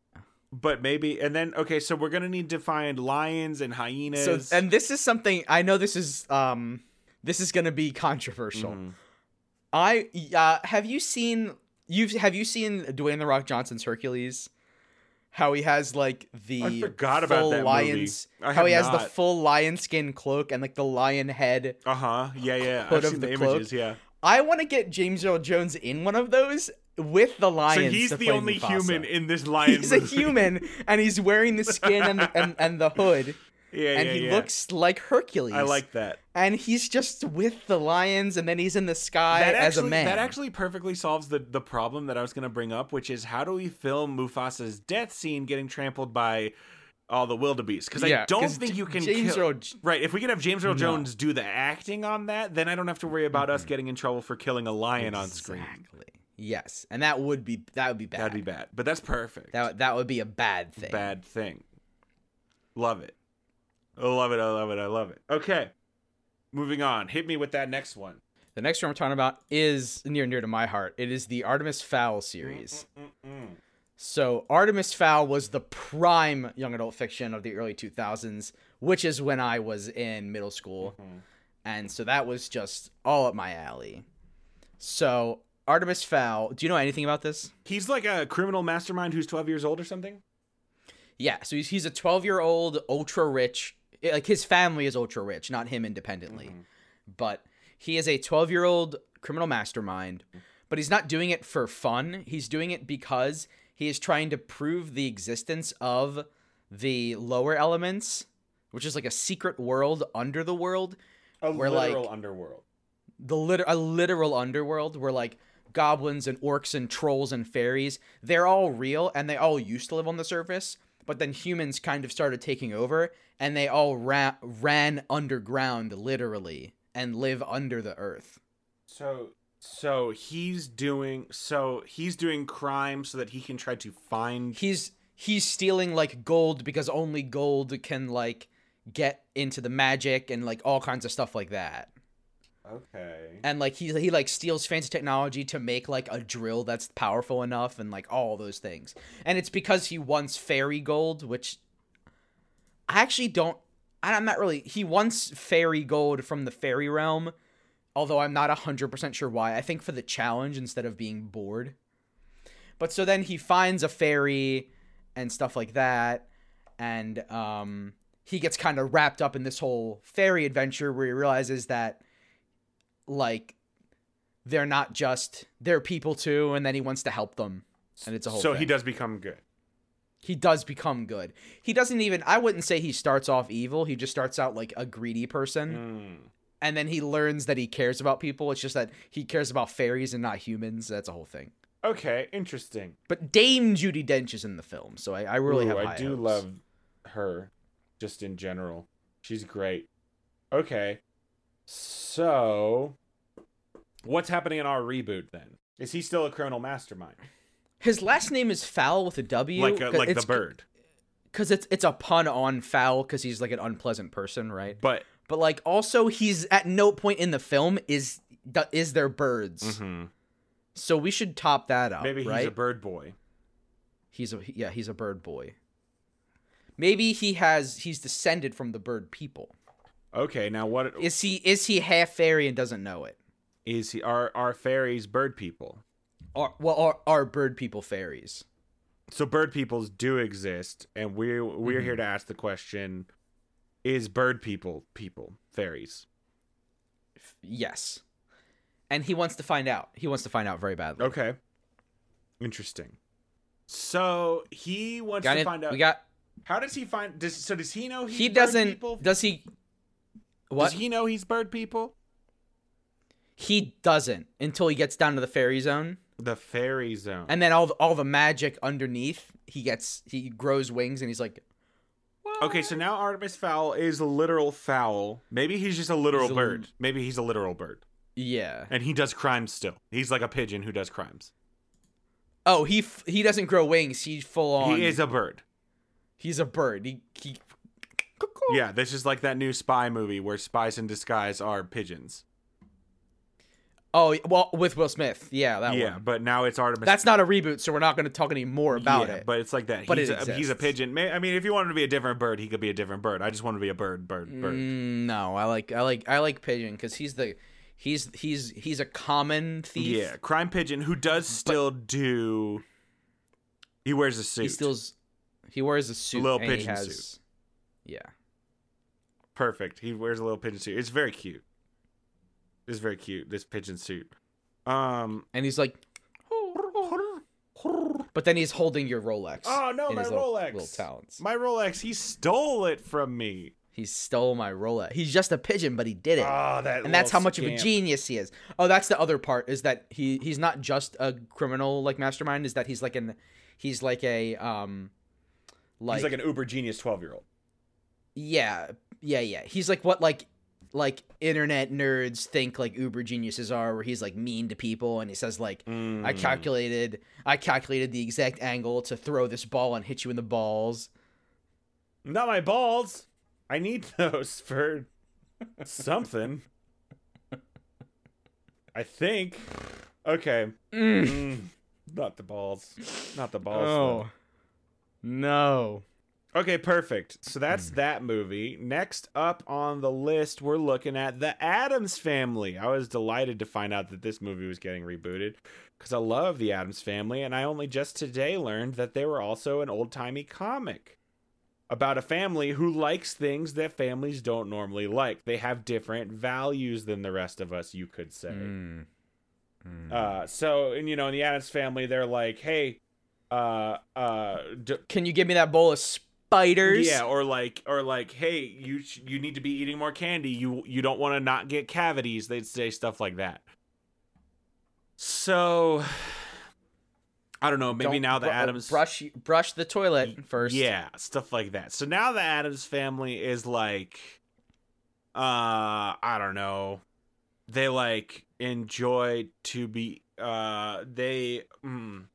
Speaker 1: But maybe and then okay, so we're gonna need to find lions and hyenas.
Speaker 2: so and this is something I know this is um this is going to be controversial.
Speaker 1: Mhm.
Speaker 2: I uh, have you seen you've have you seen Dwayne the Rock Johnson's Hercules? How he has like the
Speaker 1: I forgot about
Speaker 2: full
Speaker 1: that movie.
Speaker 2: lion's
Speaker 1: I
Speaker 2: how
Speaker 1: have
Speaker 2: he has the
Speaker 1: not.
Speaker 2: full lion skin cloak and like the lion head.
Speaker 1: Uh huh. Yeah, yeah.
Speaker 2: Hood
Speaker 1: I've
Speaker 2: of
Speaker 1: seen
Speaker 2: the
Speaker 1: the,
Speaker 2: cloak.
Speaker 1: images. Yeah.
Speaker 2: I want to get James Earl Jones in one of those with the lions.
Speaker 1: So he's
Speaker 2: to
Speaker 1: the
Speaker 2: play
Speaker 1: only
Speaker 2: Mufasa.
Speaker 1: human in this lion.
Speaker 2: He's a
Speaker 1: movie.
Speaker 2: human and he's wearing the skin and the, and, and the hood
Speaker 1: Yeah,
Speaker 2: and
Speaker 1: yeah,
Speaker 2: he
Speaker 1: yeah.
Speaker 2: looks like Hercules.
Speaker 1: I like that.
Speaker 2: and he's just with the lions and then he's in the sky
Speaker 1: that
Speaker 2: as
Speaker 1: actually,
Speaker 2: a man.
Speaker 1: That actually perfectly solves the, the problem that I was going to bring up, which is how do we film Mufasa's death scene getting trampled by all the wildebeest? Because I
Speaker 2: Yeah,
Speaker 1: don't
Speaker 2: 'cause
Speaker 1: think you can
Speaker 2: James
Speaker 1: kill.
Speaker 2: Earl J-
Speaker 1: right, if we can have James Earl Jones do the acting on that, then I don't have to worry about us getting in trouble for killing a lion on screen.
Speaker 2: Exactly. Yes, and that would be that would be bad.
Speaker 1: That'd be bad. But that's perfect.
Speaker 2: That that would be a bad thing.
Speaker 1: bad thing. Love it. I love it. I love it. I love it. Okay. Moving on. Hit me with that next one.
Speaker 2: The next one we're talking about is near and dear to my heart. It is the Artemis Fowl
Speaker 1: Mm-hmm.
Speaker 2: series. So Artemis Fowl was the prime young adult fiction of the early 2000s, which is when I was in middle school.
Speaker 1: Mm-hmm.
Speaker 2: And so that was just all up my alley. So Artemis Fowl, do you know anything about this?
Speaker 1: He's like a criminal mastermind who's 12 years old or something.
Speaker 2: Yeah, so he's, he's a 12 year old ultra rich. Like his family is ultra rich, not him independently. But he is a 12 year old criminal mastermind, but he's not doing it for fun. He's doing it because he is trying to prove the existence of the lower elements, which is like a secret world under the world
Speaker 1: A
Speaker 2: We're
Speaker 1: literal
Speaker 2: like-
Speaker 1: underworld.
Speaker 2: the liter- a literal underworld where like goblins and orcs and trolls and fairies they're all real and they all used to live on the surface but then humans kind of started taking over and they all ra- ran underground literally and live under the earth
Speaker 1: So so he's doing so he's doing crime so that he can try to find
Speaker 2: he's he's stealing like gold because only gold can like get into the magic and like all kinds of stuff like that
Speaker 1: Okay.
Speaker 2: and like he he like steals fancy technology to make like a drill that's powerful enough and like all those things. And it's because he wants fairy gold, which I actually don't I- I'm not really he wants fairy gold from the fairy realm, although I'm not 100% sure why. I think for the challenge instead of being bored. But so then he finds a fairy and stuff like that and um he gets kind of wrapped up in this whole fairy adventure where he realizes that like they're not just they're people too and then he wants to help them and it's a whole
Speaker 1: So he
Speaker 2: thing.
Speaker 1: does become good.
Speaker 2: he does become good he doesn't even i wouldn't say he starts off evil he just starts out like a greedy person
Speaker 1: Mm.
Speaker 2: and then he learns that he cares about people it's just that he cares about fairies and not humans that's a whole thing
Speaker 1: Okay, interesting.
Speaker 2: but dame judy dench is in the film so i, I really
Speaker 1: Ooh,
Speaker 2: have
Speaker 1: I
Speaker 2: high
Speaker 1: do
Speaker 2: hopes.
Speaker 1: love her just in general. She's great. Okay. So what's happening in our reboot then? Is he still a criminal mastermind?
Speaker 2: his last name is fowl with a w
Speaker 1: like uh,
Speaker 2: 'cause
Speaker 1: like the
Speaker 2: it's-
Speaker 1: bird.
Speaker 2: because it's it's a pun on foul because he's like an unpleasant person, right?
Speaker 1: But
Speaker 2: But like also he's at no point in the film is do- is there birds, so we should top that up,
Speaker 1: Mm-hmm. maybe he's
Speaker 2: right?
Speaker 1: a bird boy.
Speaker 2: he's a yeah he's a bird boy. Maybe he has he's descended from the bird people.
Speaker 1: Okay, now what
Speaker 2: Is he is he half fairy and doesn't know it?
Speaker 1: is he are are fairies bird people?
Speaker 2: Or well are are bird people fairies?
Speaker 1: So bird peoples do exist and we are we're
Speaker 2: Mm-hmm.
Speaker 1: here to ask the question is bird people people fairies?
Speaker 2: Yes. And he wants to find out. He wants to find out very badly.
Speaker 1: Okay. Interesting. So he wants
Speaker 2: Got
Speaker 1: to
Speaker 2: it?
Speaker 1: find out.
Speaker 2: We got.
Speaker 1: how does he find? Does so? Does he know he's
Speaker 2: He
Speaker 1: bird
Speaker 2: doesn't.
Speaker 1: People?
Speaker 2: Does he? What?
Speaker 1: Does he know he's bird people?
Speaker 2: He doesn't until he gets down to the fairy zone,
Speaker 1: The fairy zone.
Speaker 2: and then all the, all the magic underneath. He gets he grows wings, and he's like,
Speaker 1: okay, so now Artemis Fowl is a literal fowl. Maybe he's just a literal
Speaker 2: He's a-
Speaker 1: bird. Maybe he's a literal bird,
Speaker 2: yeah.
Speaker 1: and he does crimes still. He's like a pigeon who does crimes.
Speaker 2: Oh, he f- he doesn't grow wings. He's full on.
Speaker 1: He is a bird.
Speaker 2: He's a bird. He he Cuckoo.
Speaker 1: Yeah, this is like that new spy movie where spies in disguise are pigeons.
Speaker 2: Oh, well, with Will Smith. Yeah, that
Speaker 1: yeah,
Speaker 2: one.
Speaker 1: but now it's Artemis.
Speaker 2: That's not a reboot, so we're not going to talk any more about
Speaker 1: yeah,
Speaker 2: it.
Speaker 1: But it's like that.
Speaker 2: But
Speaker 1: he's,
Speaker 2: it
Speaker 1: a, he's a
Speaker 2: exists.
Speaker 1: pigeon. May, I mean, if you wanted to be a different bird, he could be a different bird. I just want to be a bird, bird, bird.
Speaker 2: Mm, no, I like I like I like Pigeon because he's the he's he's he's a common thief.
Speaker 1: Yeah, crime pigeon who does still do. He wears a suit.
Speaker 2: he steals. He wears a suit.
Speaker 1: Little
Speaker 2: and he
Speaker 1: pigeon
Speaker 2: has- Yeah,
Speaker 1: perfect. He wears a little pigeon suit. It's very cute. It's very cute. This pigeon suit. Um.
Speaker 2: and he's like, but then he's holding your Rolex.
Speaker 1: Oh no,
Speaker 2: in
Speaker 1: my
Speaker 2: his little-
Speaker 1: Rolex.
Speaker 2: Little talents.
Speaker 1: My Rolex. He stole it from me.
Speaker 2: He stole my Rolex. He's just a pigeon, but he did it.
Speaker 1: Oh, that.
Speaker 2: and that's how
Speaker 1: little
Speaker 2: much of a
Speaker 1: scamp.
Speaker 2: genius he is. Oh, that's the other part is that he he's not just a criminal like mastermind. Is that he's like an he's like a um like,
Speaker 1: He's like an uber genius twelve-year-old.
Speaker 2: yeah yeah yeah he's like what like like internet nerds think like uber geniuses are where he's like mean to people and he says like
Speaker 1: Hmm.
Speaker 2: I
Speaker 1: Mm.
Speaker 2: calculated I calculated the exact angle to throw this ball and hit you in the balls.
Speaker 1: Not my balls. I need those for something. I think. Okay. Mm. Not the balls. Not the balls.
Speaker 2: Oh.
Speaker 1: though.
Speaker 2: no.
Speaker 1: Okay, perfect. So that's that movie. Next up on the list, we're looking at The Adams Family. I was delighted to find out that this movie was getting rebooted because I love The Adams Family, and I only just today learned that they were also an old timey comic about a family who likes things that families don't normally like. They have different values than the rest of us, you could say.
Speaker 2: Hmm.
Speaker 1: Uh, so, and you know, in The Adams Family, they're like, hey, uh, uh, d-
Speaker 2: Can you give me that bowl of spiders?
Speaker 1: yeah, or like, or like, hey, you sh- you need to be eating more candy. You you don't want to not get cavities. They'd say stuff like that. So, I don't know. Maybe
Speaker 2: Don't
Speaker 1: now the
Speaker 2: br-
Speaker 1: Adams,
Speaker 2: brush brush the toilet first.
Speaker 1: yeah, stuff like that. So now the Adams family is like, uh, I don't know. They like enjoy to be. Uh, they. Mm,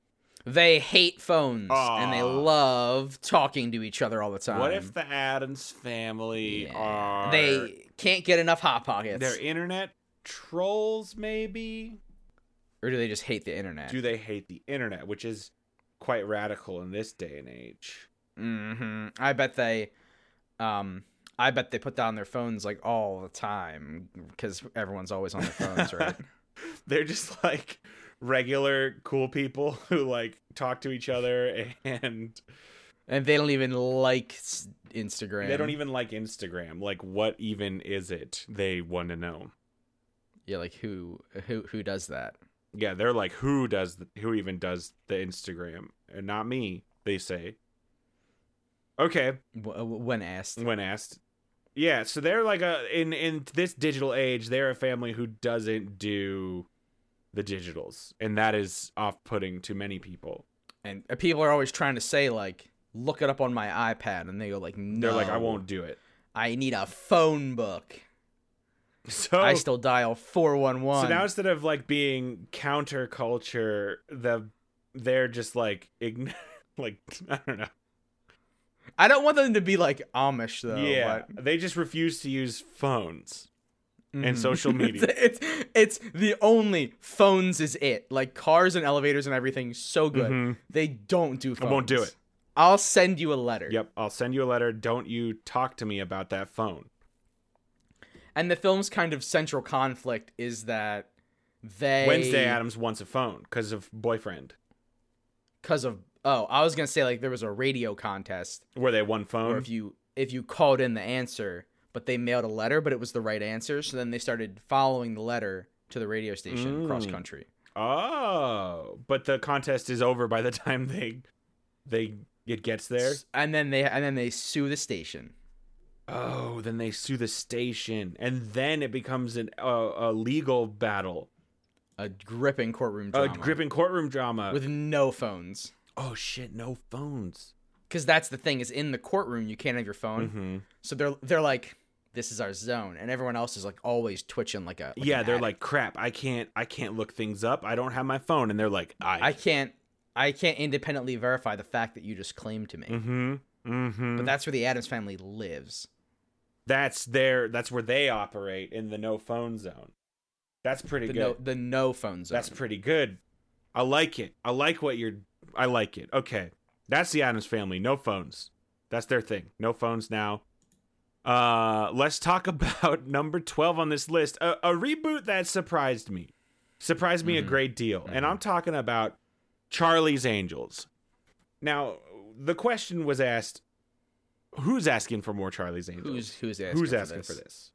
Speaker 2: They hate phones and they
Speaker 1: Aw.
Speaker 2: love talking to each other all the time.
Speaker 1: what if the Adams family
Speaker 2: Yeah.
Speaker 1: are
Speaker 2: they can't get enough hot pockets?
Speaker 1: They're internet trolls, maybe?
Speaker 2: or do they just hate the internet?
Speaker 1: Do they hate the internet, which is quite radical in this day and age?
Speaker 2: hmm I bet they, um, I bet they put down their phones like all the time because everyone's always on their phones, right?
Speaker 1: They're just like regular cool people who like talk to each other and
Speaker 2: and they don't even like s- Instagram.
Speaker 1: they don't even like Instagram. Like, what even is it they want to know?
Speaker 2: Yeah, like who who who does that?
Speaker 1: Yeah, they're like, who does, who even does the Instagram? And not me, they say. Okay,
Speaker 2: W- uh, w- when asked,
Speaker 1: when asked. Yeah, so they're like a in in this digital age, they're a family who doesn't do the digitals, and that is off-putting to many people.
Speaker 2: and uh, people are always trying to say like, look it up on my iPad, and they go like, no,
Speaker 1: They're like, I won't do it.
Speaker 2: I need a phone book.
Speaker 1: Oh. So
Speaker 2: I still dial four one one.
Speaker 1: so now instead of like being counterculture, the they're just like ign- like I don't know.
Speaker 2: I don't want them to be like Amish though.
Speaker 1: yeah,
Speaker 2: but-
Speaker 1: they just refuse to use phones and
Speaker 2: Mhm.
Speaker 1: social media.
Speaker 2: it's, it's the only phones is it like cars and elevators and everything so good
Speaker 1: Mhm.
Speaker 2: they don't do phones
Speaker 1: won't do it.
Speaker 2: i'll send you a letter
Speaker 1: Yep, I'll send you a letter. Don't you talk to me about that phone.
Speaker 2: and the film's kind of central conflict is that they
Speaker 1: Wednesday Adams wants a phone because of boyfriend.
Speaker 2: because of oh i was gonna say like there was a radio contest
Speaker 1: Were they one phone?
Speaker 2: or if you if you called in the answer but they mailed a letter but it was the right answer so then they started following the letter to the radio station cross
Speaker 1: Mm.
Speaker 2: country
Speaker 1: Oh, but the contest is over by the time they they it gets there.
Speaker 2: and then they and then they sue the station
Speaker 1: Oh, then they sue the station, and then it becomes an uh, a legal battle,
Speaker 2: a gripping courtroom
Speaker 1: a
Speaker 2: drama.
Speaker 1: gripping uh, courtroom drama.
Speaker 2: with no phones
Speaker 1: oh shit, no phones.
Speaker 2: because that's the thing is in the courtroom you can't have your phone
Speaker 1: Mm-hmm.
Speaker 2: so they're they're like this is our zone and everyone else is like always twitching like a like
Speaker 1: yeah,
Speaker 2: an
Speaker 1: they're
Speaker 2: addict.
Speaker 1: like crap. I can't I can't look things up. I don't have my phone, and they're like I.
Speaker 2: i can't i can't independently verify the fact that you just claimed to me
Speaker 1: mm-hmm. Mm-hmm.
Speaker 2: but that's where the adams family lives
Speaker 1: That's their that's where they operate in the no phone zone. That's pretty
Speaker 2: The
Speaker 1: good.
Speaker 2: no, the no phone zone.
Speaker 1: That's pretty good. I like it. I like what you're. I like it. Okay, that's the Adams family. No phones. That's their thing. No phones now. Uh, let's talk about number twelve on this list. A, a reboot that surprised me, surprised me a
Speaker 2: Mhm.
Speaker 1: great deal, and I'm talking about Charlie's Angels. Now, the question was asked: Who's asking for more Charlie's Angels?
Speaker 2: who's who's asking,
Speaker 1: Who's
Speaker 2: for,
Speaker 1: asking
Speaker 2: this?
Speaker 1: for this?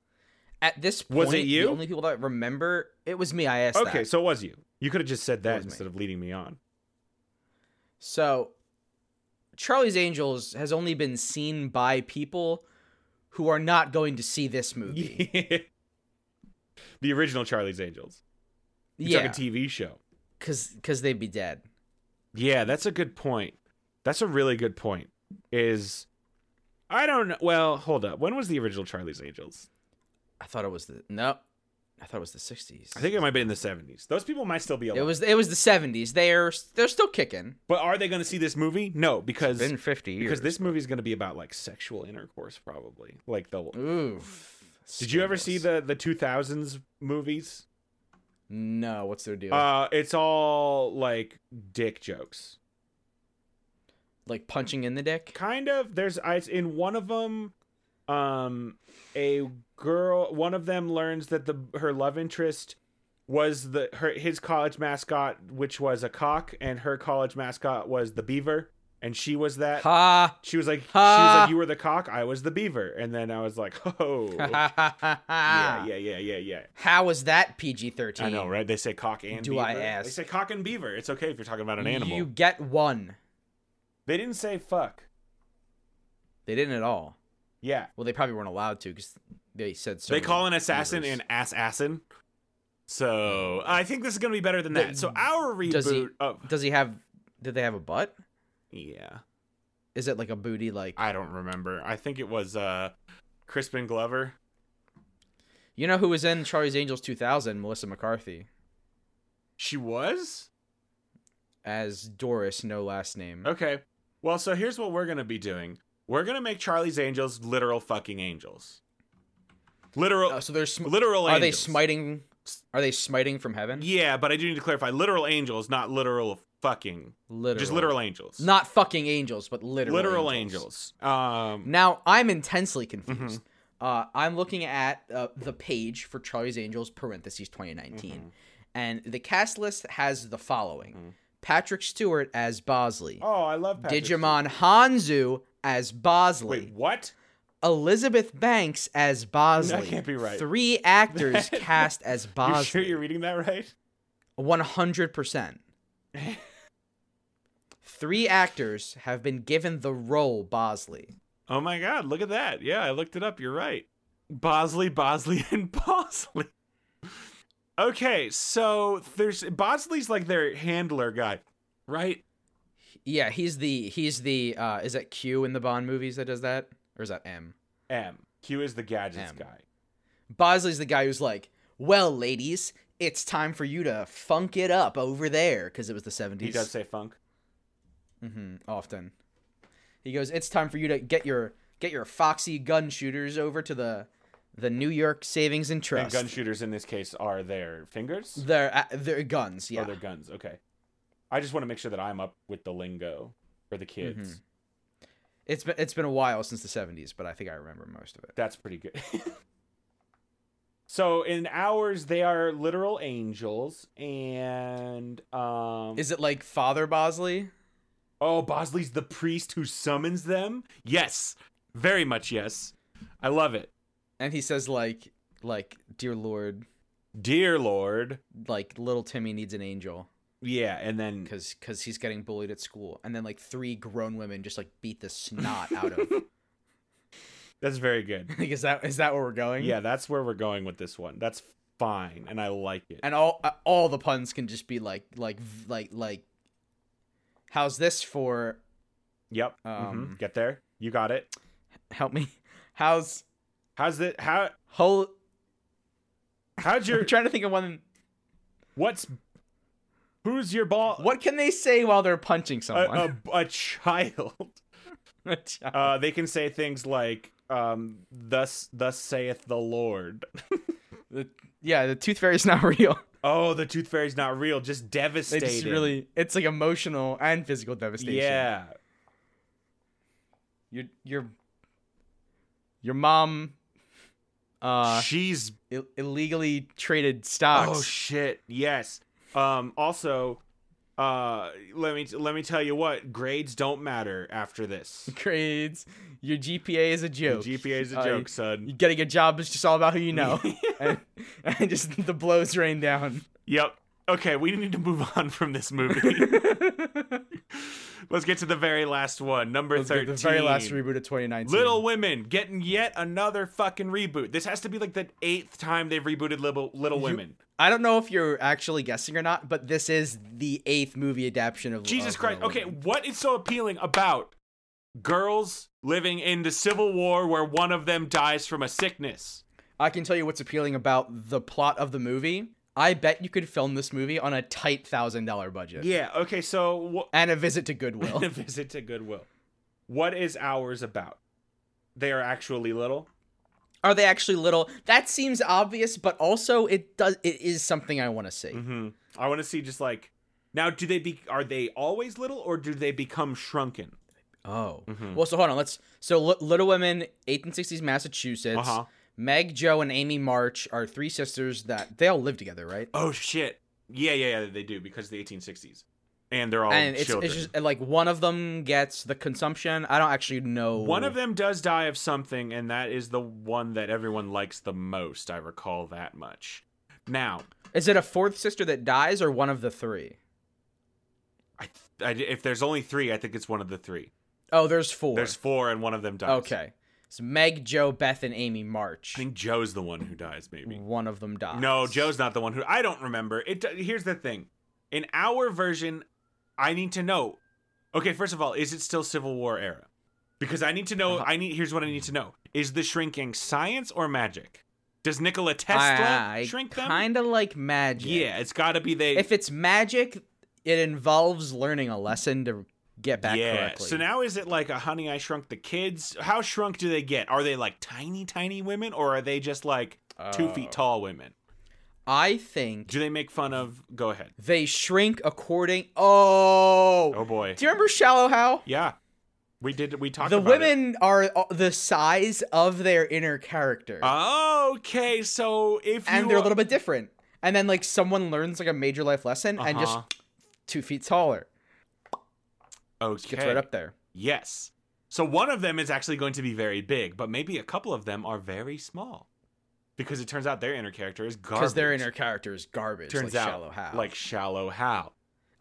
Speaker 2: At this point,
Speaker 1: Was it you?
Speaker 2: The only people that remember it was me. I asked.
Speaker 1: Okay,
Speaker 2: that.
Speaker 1: so it was you. You could have just said that
Speaker 2: was me.
Speaker 1: instead of leading me on.
Speaker 2: So Charlie's Angels has only been seen by people who are not going to see this movie.
Speaker 1: the original Charlie's Angels. It's
Speaker 2: yeah,
Speaker 1: like a TV show.
Speaker 2: because because they'd be dead.
Speaker 1: Yeah, that's a good point. That's a really good point. Is I don't know. Well, hold up. When was the original Charlie's Angels?
Speaker 2: I thought it was the no. I thought it was the sixties.
Speaker 1: I think it might have been in the 70s. Those people might still be alive.
Speaker 2: it was it was the seventies. They're they're still kicking.
Speaker 1: but are they going to see this movie? No, because
Speaker 2: Been fifty years.
Speaker 1: because this movie is going to be about like sexual intercourse probably. Like the
Speaker 2: Ooh.
Speaker 1: Did you ever see
Speaker 2: Scandalous.
Speaker 1: the the 2000s movies?
Speaker 2: No. What's their deal?
Speaker 1: Uh it's all like dick jokes.
Speaker 2: like punching in the dick.
Speaker 1: kind of there's I, in one of them um a girl one of them learns that the her love interest was the her his college mascot which was a cock and her college mascot was the beaver and she was that
Speaker 2: Ha.
Speaker 1: she was like she was
Speaker 2: Ha.
Speaker 1: like you were the cock i was the beaver and then i was like oh
Speaker 2: Ha ha ha
Speaker 1: yeah
Speaker 2: ha. ha.
Speaker 1: yeah yeah yeah yeah
Speaker 2: How was that PG thirteen?
Speaker 1: i know right they say cock and
Speaker 2: Do
Speaker 1: beaver.
Speaker 2: I ask?
Speaker 1: they say cock and beaver it's okay if you're talking about an animal
Speaker 2: You get one.
Speaker 1: they didn't say fuck
Speaker 2: They didn't at all.
Speaker 1: yeah
Speaker 2: Well, they probably weren't allowed to because they said so.
Speaker 1: they
Speaker 2: many
Speaker 1: call an assassin
Speaker 2: beavers.
Speaker 1: an assassin. So I think this is gonna be better than that.
Speaker 2: Th-
Speaker 1: so our
Speaker 2: does he-
Speaker 1: reboot of
Speaker 2: Does he have? Did they have a butt?
Speaker 1: yeah,
Speaker 2: Is it like a booty? Like
Speaker 1: I don't remember. I think it was uh Crispin Glover.
Speaker 2: you know who was in Charlie's Angels 2000? Melissa McCarthy
Speaker 1: She was
Speaker 2: as Doris, no last name.
Speaker 1: okay. Well, so here's what we're gonna be doing. We're gonna make Charlie's Angels literal fucking angels. Literal,
Speaker 2: Oh, so they're sm-
Speaker 1: literal.
Speaker 2: are they
Speaker 1: angels.
Speaker 2: smiting? Are they smiting from heaven?
Speaker 1: Yeah, but I do need to clarify. Literal angels, not literal fucking.
Speaker 2: Literal.
Speaker 1: Just literal angels.
Speaker 2: Not fucking angels, but literal.
Speaker 1: literal
Speaker 2: angels.
Speaker 1: angels. Um,
Speaker 2: Now I'm intensely confused.
Speaker 1: Mm-hmm.
Speaker 2: Uh, I'm looking at uh, the page for Charlie's Angels parentheses 2019,
Speaker 1: Mm-hmm.
Speaker 2: and the cast list has the following: Patrick Stewart as Bosley,
Speaker 1: oh, I love Patrick Stewart.
Speaker 2: Digimon Hanzu as Bosley,
Speaker 1: Wait, what?
Speaker 2: Elizabeth Banks as Bosley.
Speaker 1: can't be right.
Speaker 2: Three actors cast as
Speaker 1: You sure
Speaker 2: Bosley.
Speaker 1: you're reading that right?
Speaker 2: One hundred percent. Three actors have been given the role Bosley.
Speaker 1: Oh my god, look at that. Yeah, I looked it up. You're right. Bosley, Bosley, and Bosley. Okay, so there's Bosley's like their handler guy, right?
Speaker 2: Yeah, he's the he's the uh is that Q in the Bond movies that does that? Or is that M?
Speaker 1: M. Q is the gadgets
Speaker 2: M.
Speaker 1: guy.
Speaker 2: Bosley's the guy who's like, "Well, ladies, it's time for you to funk it up over there" cuz it was the 70s.
Speaker 1: He does say funk.
Speaker 2: hmm often. He goes, "It's time for you to get your get your foxy gun shooters over to the the New York Savings and
Speaker 1: And
Speaker 2: Trust."
Speaker 1: gun shooters in this case are their fingers
Speaker 2: their uh, their guns, yeah.
Speaker 1: or their guns. Okay. I just want to make sure that I'm up with the lingo for the kids.
Speaker 2: Mhm. It's been it's been a while since the 70s, but I think I remember most of it.
Speaker 1: That's pretty good. so in ours, they are literal angels, and um,
Speaker 2: Is it like Father Bosley?
Speaker 1: oh, Bosley's the priest who summons them. Yes, very much yes. I love it,
Speaker 2: And he says like like, "Dear Lord,
Speaker 1: dear Lord.
Speaker 2: like little Timmy needs an angel
Speaker 1: Yeah, and then
Speaker 2: because because he's getting bullied at school, and then like three grown women just like beat the snot out of.
Speaker 1: that's very good.
Speaker 2: like, is that is that where we're going?
Speaker 1: Yeah, that's where we're going with this one. That's fine, and I like it.
Speaker 2: And all uh, all the puns can just be like like v- like like. How's this for?
Speaker 1: Yep. hmm
Speaker 2: Um,
Speaker 1: Get there. You got it.
Speaker 2: Help me. How's
Speaker 1: How's it? How?
Speaker 2: whole?
Speaker 1: How'd
Speaker 2: I'm
Speaker 1: your?
Speaker 2: trying to think of one.
Speaker 1: What's? Who's your ball?
Speaker 2: What can they say while they're um, punching someone? uh,
Speaker 1: Uh, a, a, a child. Uh, they can say things like, um, thus thus saith the Lord.
Speaker 2: The, yeah, the tooth fairy's not real.
Speaker 1: Oh, the tooth fairy's not real. Just
Speaker 2: They
Speaker 1: devastating.
Speaker 2: just really it's like emotional and physical devastation.
Speaker 1: yeah.
Speaker 2: Your your your mom uh
Speaker 1: She's
Speaker 2: ill- illegally traded stocks.
Speaker 1: Oh shit! Yes. Um. Also, uh, let me let me tell you what grades don't matter after this.
Speaker 2: grades. Your GPA is a joke.
Speaker 1: GPA is a
Speaker 2: Uh,
Speaker 1: joke,
Speaker 2: you-
Speaker 1: son.
Speaker 2: Getting a job is just all about who you know, and, and just the blows rain down.
Speaker 1: Yep. Okay, we need to move on from this movie. Let's get to the very last one, number
Speaker 2: Let's get
Speaker 1: thirteen.
Speaker 2: the very last reboot of 2019.
Speaker 1: Little Women getting yet another fucking reboot. This has to be like the eighth time they've rebooted Little Little Women.
Speaker 2: I don't know if you're actually guessing or not, but this is the eighth movie adaptation of
Speaker 1: Jesus
Speaker 2: of
Speaker 1: Christ.
Speaker 2: Little
Speaker 1: Okay,
Speaker 2: Women.
Speaker 1: what is so appealing about girls living in the Civil War where one of them dies from a sickness?
Speaker 2: I can tell you what's appealing about the plot of the movie. I bet you could film this movie on a tight thousand dollar budget
Speaker 1: Yeah, okay, so
Speaker 2: and a visit to
Speaker 1: wh-
Speaker 2: Goodwill.
Speaker 1: a visit to Goodwill. What is ours about? They are actually little.
Speaker 2: Are they actually little? That seems obvious, but also it does. It is something I want to see.
Speaker 1: Mm-hmm. I want to see just like now do they be are they always little or do they become shrunken?
Speaker 2: Oh,
Speaker 1: Mhm.
Speaker 2: well, so hold on. Let's so Li- Little Women, 1860s Massachusetts.
Speaker 1: Uh-huh.
Speaker 2: Meg, Joe, and Amy March are three sisters that they all live together, right?
Speaker 1: Oh shit. Yeah, yeah, yeah, they do because of the 1860s. And they're all
Speaker 2: and it's,
Speaker 1: Oh, children.
Speaker 2: it's just like one of them gets the consumption. I don't actually know.
Speaker 1: One of them does die of something, and that is the one that everyone likes the most. I recall that much. Now,
Speaker 2: is it a fourth sister that dies or one of the three?
Speaker 1: I, I, if there's only three, I think it's one of the three.
Speaker 2: Oh, there's four.
Speaker 1: There's four, and one of them dies.
Speaker 2: okay. So Meg, Joe, Beth, and Amy March.
Speaker 1: I think Joe's the one who dies, maybe.
Speaker 2: One of them dies.
Speaker 1: No, Joe's not the one who. I don't remember. It. do- Here's the thing. In our version, I need to know. Okay, first of all, is it still Civil War era? Because I need to
Speaker 2: Uh-huh.
Speaker 1: know. I need. Here's what I need to know: Is the shrinking science or magic? Does Nikola Tesla
Speaker 2: Ah, I,
Speaker 1: shrink them?
Speaker 2: kind of like magic.
Speaker 1: Yeah, it's got to be they.
Speaker 2: If it's magic, it involves learning a lesson to get back
Speaker 1: yeah.
Speaker 2: correctly.
Speaker 1: So now is it like a Honey I Shrunk the Kids? How shrunk do they get? Are they like tiny, tiny women, or are they just like two
Speaker 2: Oh.
Speaker 1: feet tall women?
Speaker 2: I think
Speaker 1: Do they make fun of? Go ahead.
Speaker 2: they shrink according. Oh.
Speaker 1: Oh boy.
Speaker 2: Do you remember Shallow How?
Speaker 1: Yeah, we did. We talked.
Speaker 2: the
Speaker 1: about it.
Speaker 2: women are uh, the size of their inner character
Speaker 1: Okay, so Uh, if
Speaker 2: and
Speaker 1: you
Speaker 2: they're
Speaker 1: are-
Speaker 2: a little bit different and then like someone learns like a major life lesson and just
Speaker 1: Uh-huh.
Speaker 2: two feet taller
Speaker 1: okay,
Speaker 2: gets right up there
Speaker 1: yes. So one of them is actually going to be very big, but maybe a couple of them are very small, because it turns out their inner character is garbage.
Speaker 2: because their inner character is garbage
Speaker 1: turns
Speaker 2: like
Speaker 1: out
Speaker 2: shallow how
Speaker 1: like shallow how.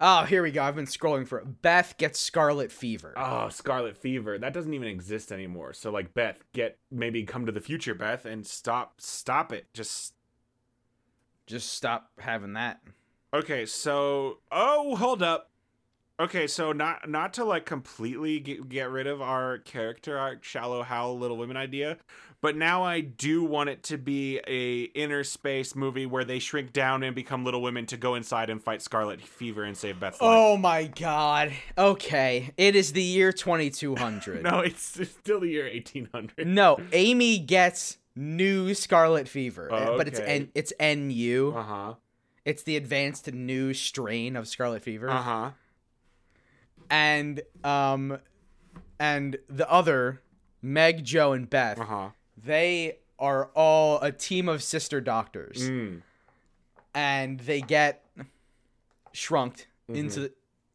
Speaker 2: oh here we go i've been scrolling for it. beth gets scarlet fever
Speaker 1: Oh, Scarlet Fever. That doesn't even exist anymore. So like Beth, get maybe come to the future, Beth, and stop stop it. Just
Speaker 2: just stop having that
Speaker 1: Okay, so oh, hold up. Okay, so not not to like completely get, get rid of our character our shallow howl little women idea, but now I do want it to be a inner space movie where they shrink down and become little women to go inside and fight Scarlet Fever and save Beth's life.
Speaker 2: oh my god okay it is the year 2200
Speaker 1: Oh, No, it's, it's still the year 1800.
Speaker 2: No, Amy gets new Scarlet Fever,
Speaker 1: Oh,
Speaker 2: but it's
Speaker 1: okay.
Speaker 2: N, it's NU.
Speaker 1: Uh-huh.
Speaker 2: It's the advanced new strain of Scarlet Fever,
Speaker 1: Uh-huh.
Speaker 2: and um, and the other Meg, Joe, and Beth,
Speaker 1: Uh-huh.
Speaker 2: they are all a team of sister doctors,
Speaker 1: Mm.
Speaker 2: and they get shrunked
Speaker 1: Mm-hmm.
Speaker 2: into,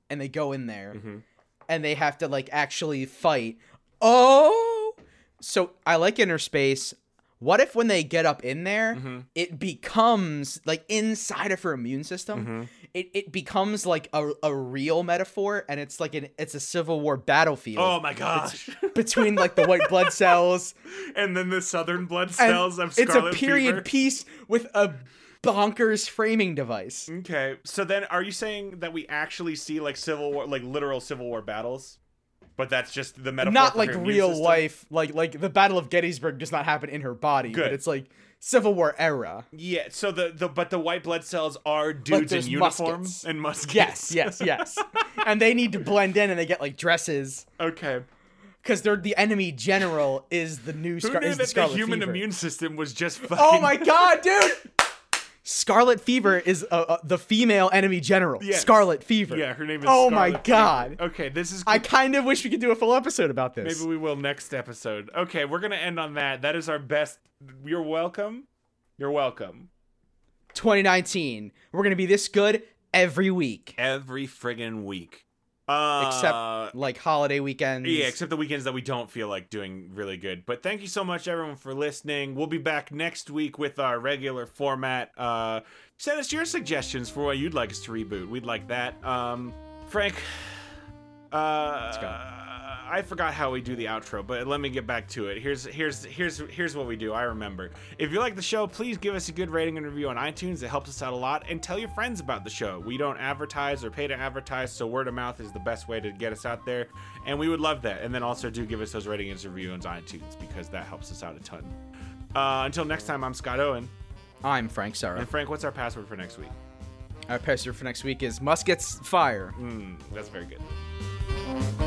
Speaker 2: and they go in there,
Speaker 1: Mhm.
Speaker 2: and they have to like actually fight. Oh, so I like inner space. What if when they get up in there,
Speaker 1: Mm-hmm.
Speaker 2: it becomes like inside of her immune system,
Speaker 1: Mm-hmm.
Speaker 2: it, it becomes like a, a real metaphor, and it's like an it's a Civil War battlefield
Speaker 1: Oh my gosh.
Speaker 2: between like the white blood cells.
Speaker 1: and then the southern blood
Speaker 2: and
Speaker 1: cells of
Speaker 2: it's a
Speaker 1: Scarlet
Speaker 2: period
Speaker 1: Fever.
Speaker 2: piece with a bonkers framing device.
Speaker 1: Okay, so then are you saying that we actually see like civil war, like literal civil war battles, but that's just the metaphor?
Speaker 2: not
Speaker 1: for
Speaker 2: like
Speaker 1: your immune
Speaker 2: real
Speaker 1: system?
Speaker 2: life like like the battle of gettysburg does not happen in her body but
Speaker 1: Good.
Speaker 2: it's like civil war era
Speaker 1: Yeah. So the the but the white blood cells are dudes in
Speaker 2: there's
Speaker 1: uniform
Speaker 2: muskets.
Speaker 1: and muskets.
Speaker 2: yes yes yes and they need to blend in and they get like dresses
Speaker 1: Okay.
Speaker 2: because they're the enemy general is the new
Speaker 1: Who
Speaker 2: Scar-
Speaker 1: knew
Speaker 2: is
Speaker 1: that
Speaker 2: the
Speaker 1: the
Speaker 2: Scarlet
Speaker 1: human
Speaker 2: Fever.
Speaker 1: immune system was just fucking?
Speaker 2: Oh my god, dude! Scarlet Fever is uh, uh, the female enemy general.
Speaker 1: Yes.
Speaker 2: Scarlet Fever.
Speaker 1: Yeah, her name is.
Speaker 2: Oh my
Speaker 1: Scarlet Fever.
Speaker 2: god.
Speaker 1: Okay, this is.
Speaker 2: I kind of wish we could do a full episode about this.
Speaker 1: Maybe we will next episode. Okay, we're gonna end on that. That is our best. You're welcome. You're welcome.
Speaker 2: 2019. We're gonna be this good every week,
Speaker 1: Every friggin' week. Uh,
Speaker 2: except like holiday weekends.
Speaker 1: Yeah, except the weekends that we don't feel like doing really good. But thank you so much, everyone, for listening. We'll be back next week with our regular format. Uh, send us your suggestions for what you'd like us to reboot. We'd like that. Um, Frank, uh,
Speaker 2: go.
Speaker 1: I forgot how we do the outro, but let me get back to it. Here's here's here's here's what we do. I remember. If you like the show, please give us a good rating and review on iTunes. It helps us out a lot. And tell your friends about the show. We don't advertise or pay to advertise, so word of mouth is the best way to get us out there. And we would love that. And then also do give us those ratings and reviews on iTunes because that helps us out a ton. Uh, until next time, I'm Scott Owen.
Speaker 2: I'm Frank Sarah.
Speaker 1: And Frank, what's our password for next week?
Speaker 2: Our pastor for next week is muskets fire.
Speaker 1: Mm, that's very good.
Speaker 3: Thank you.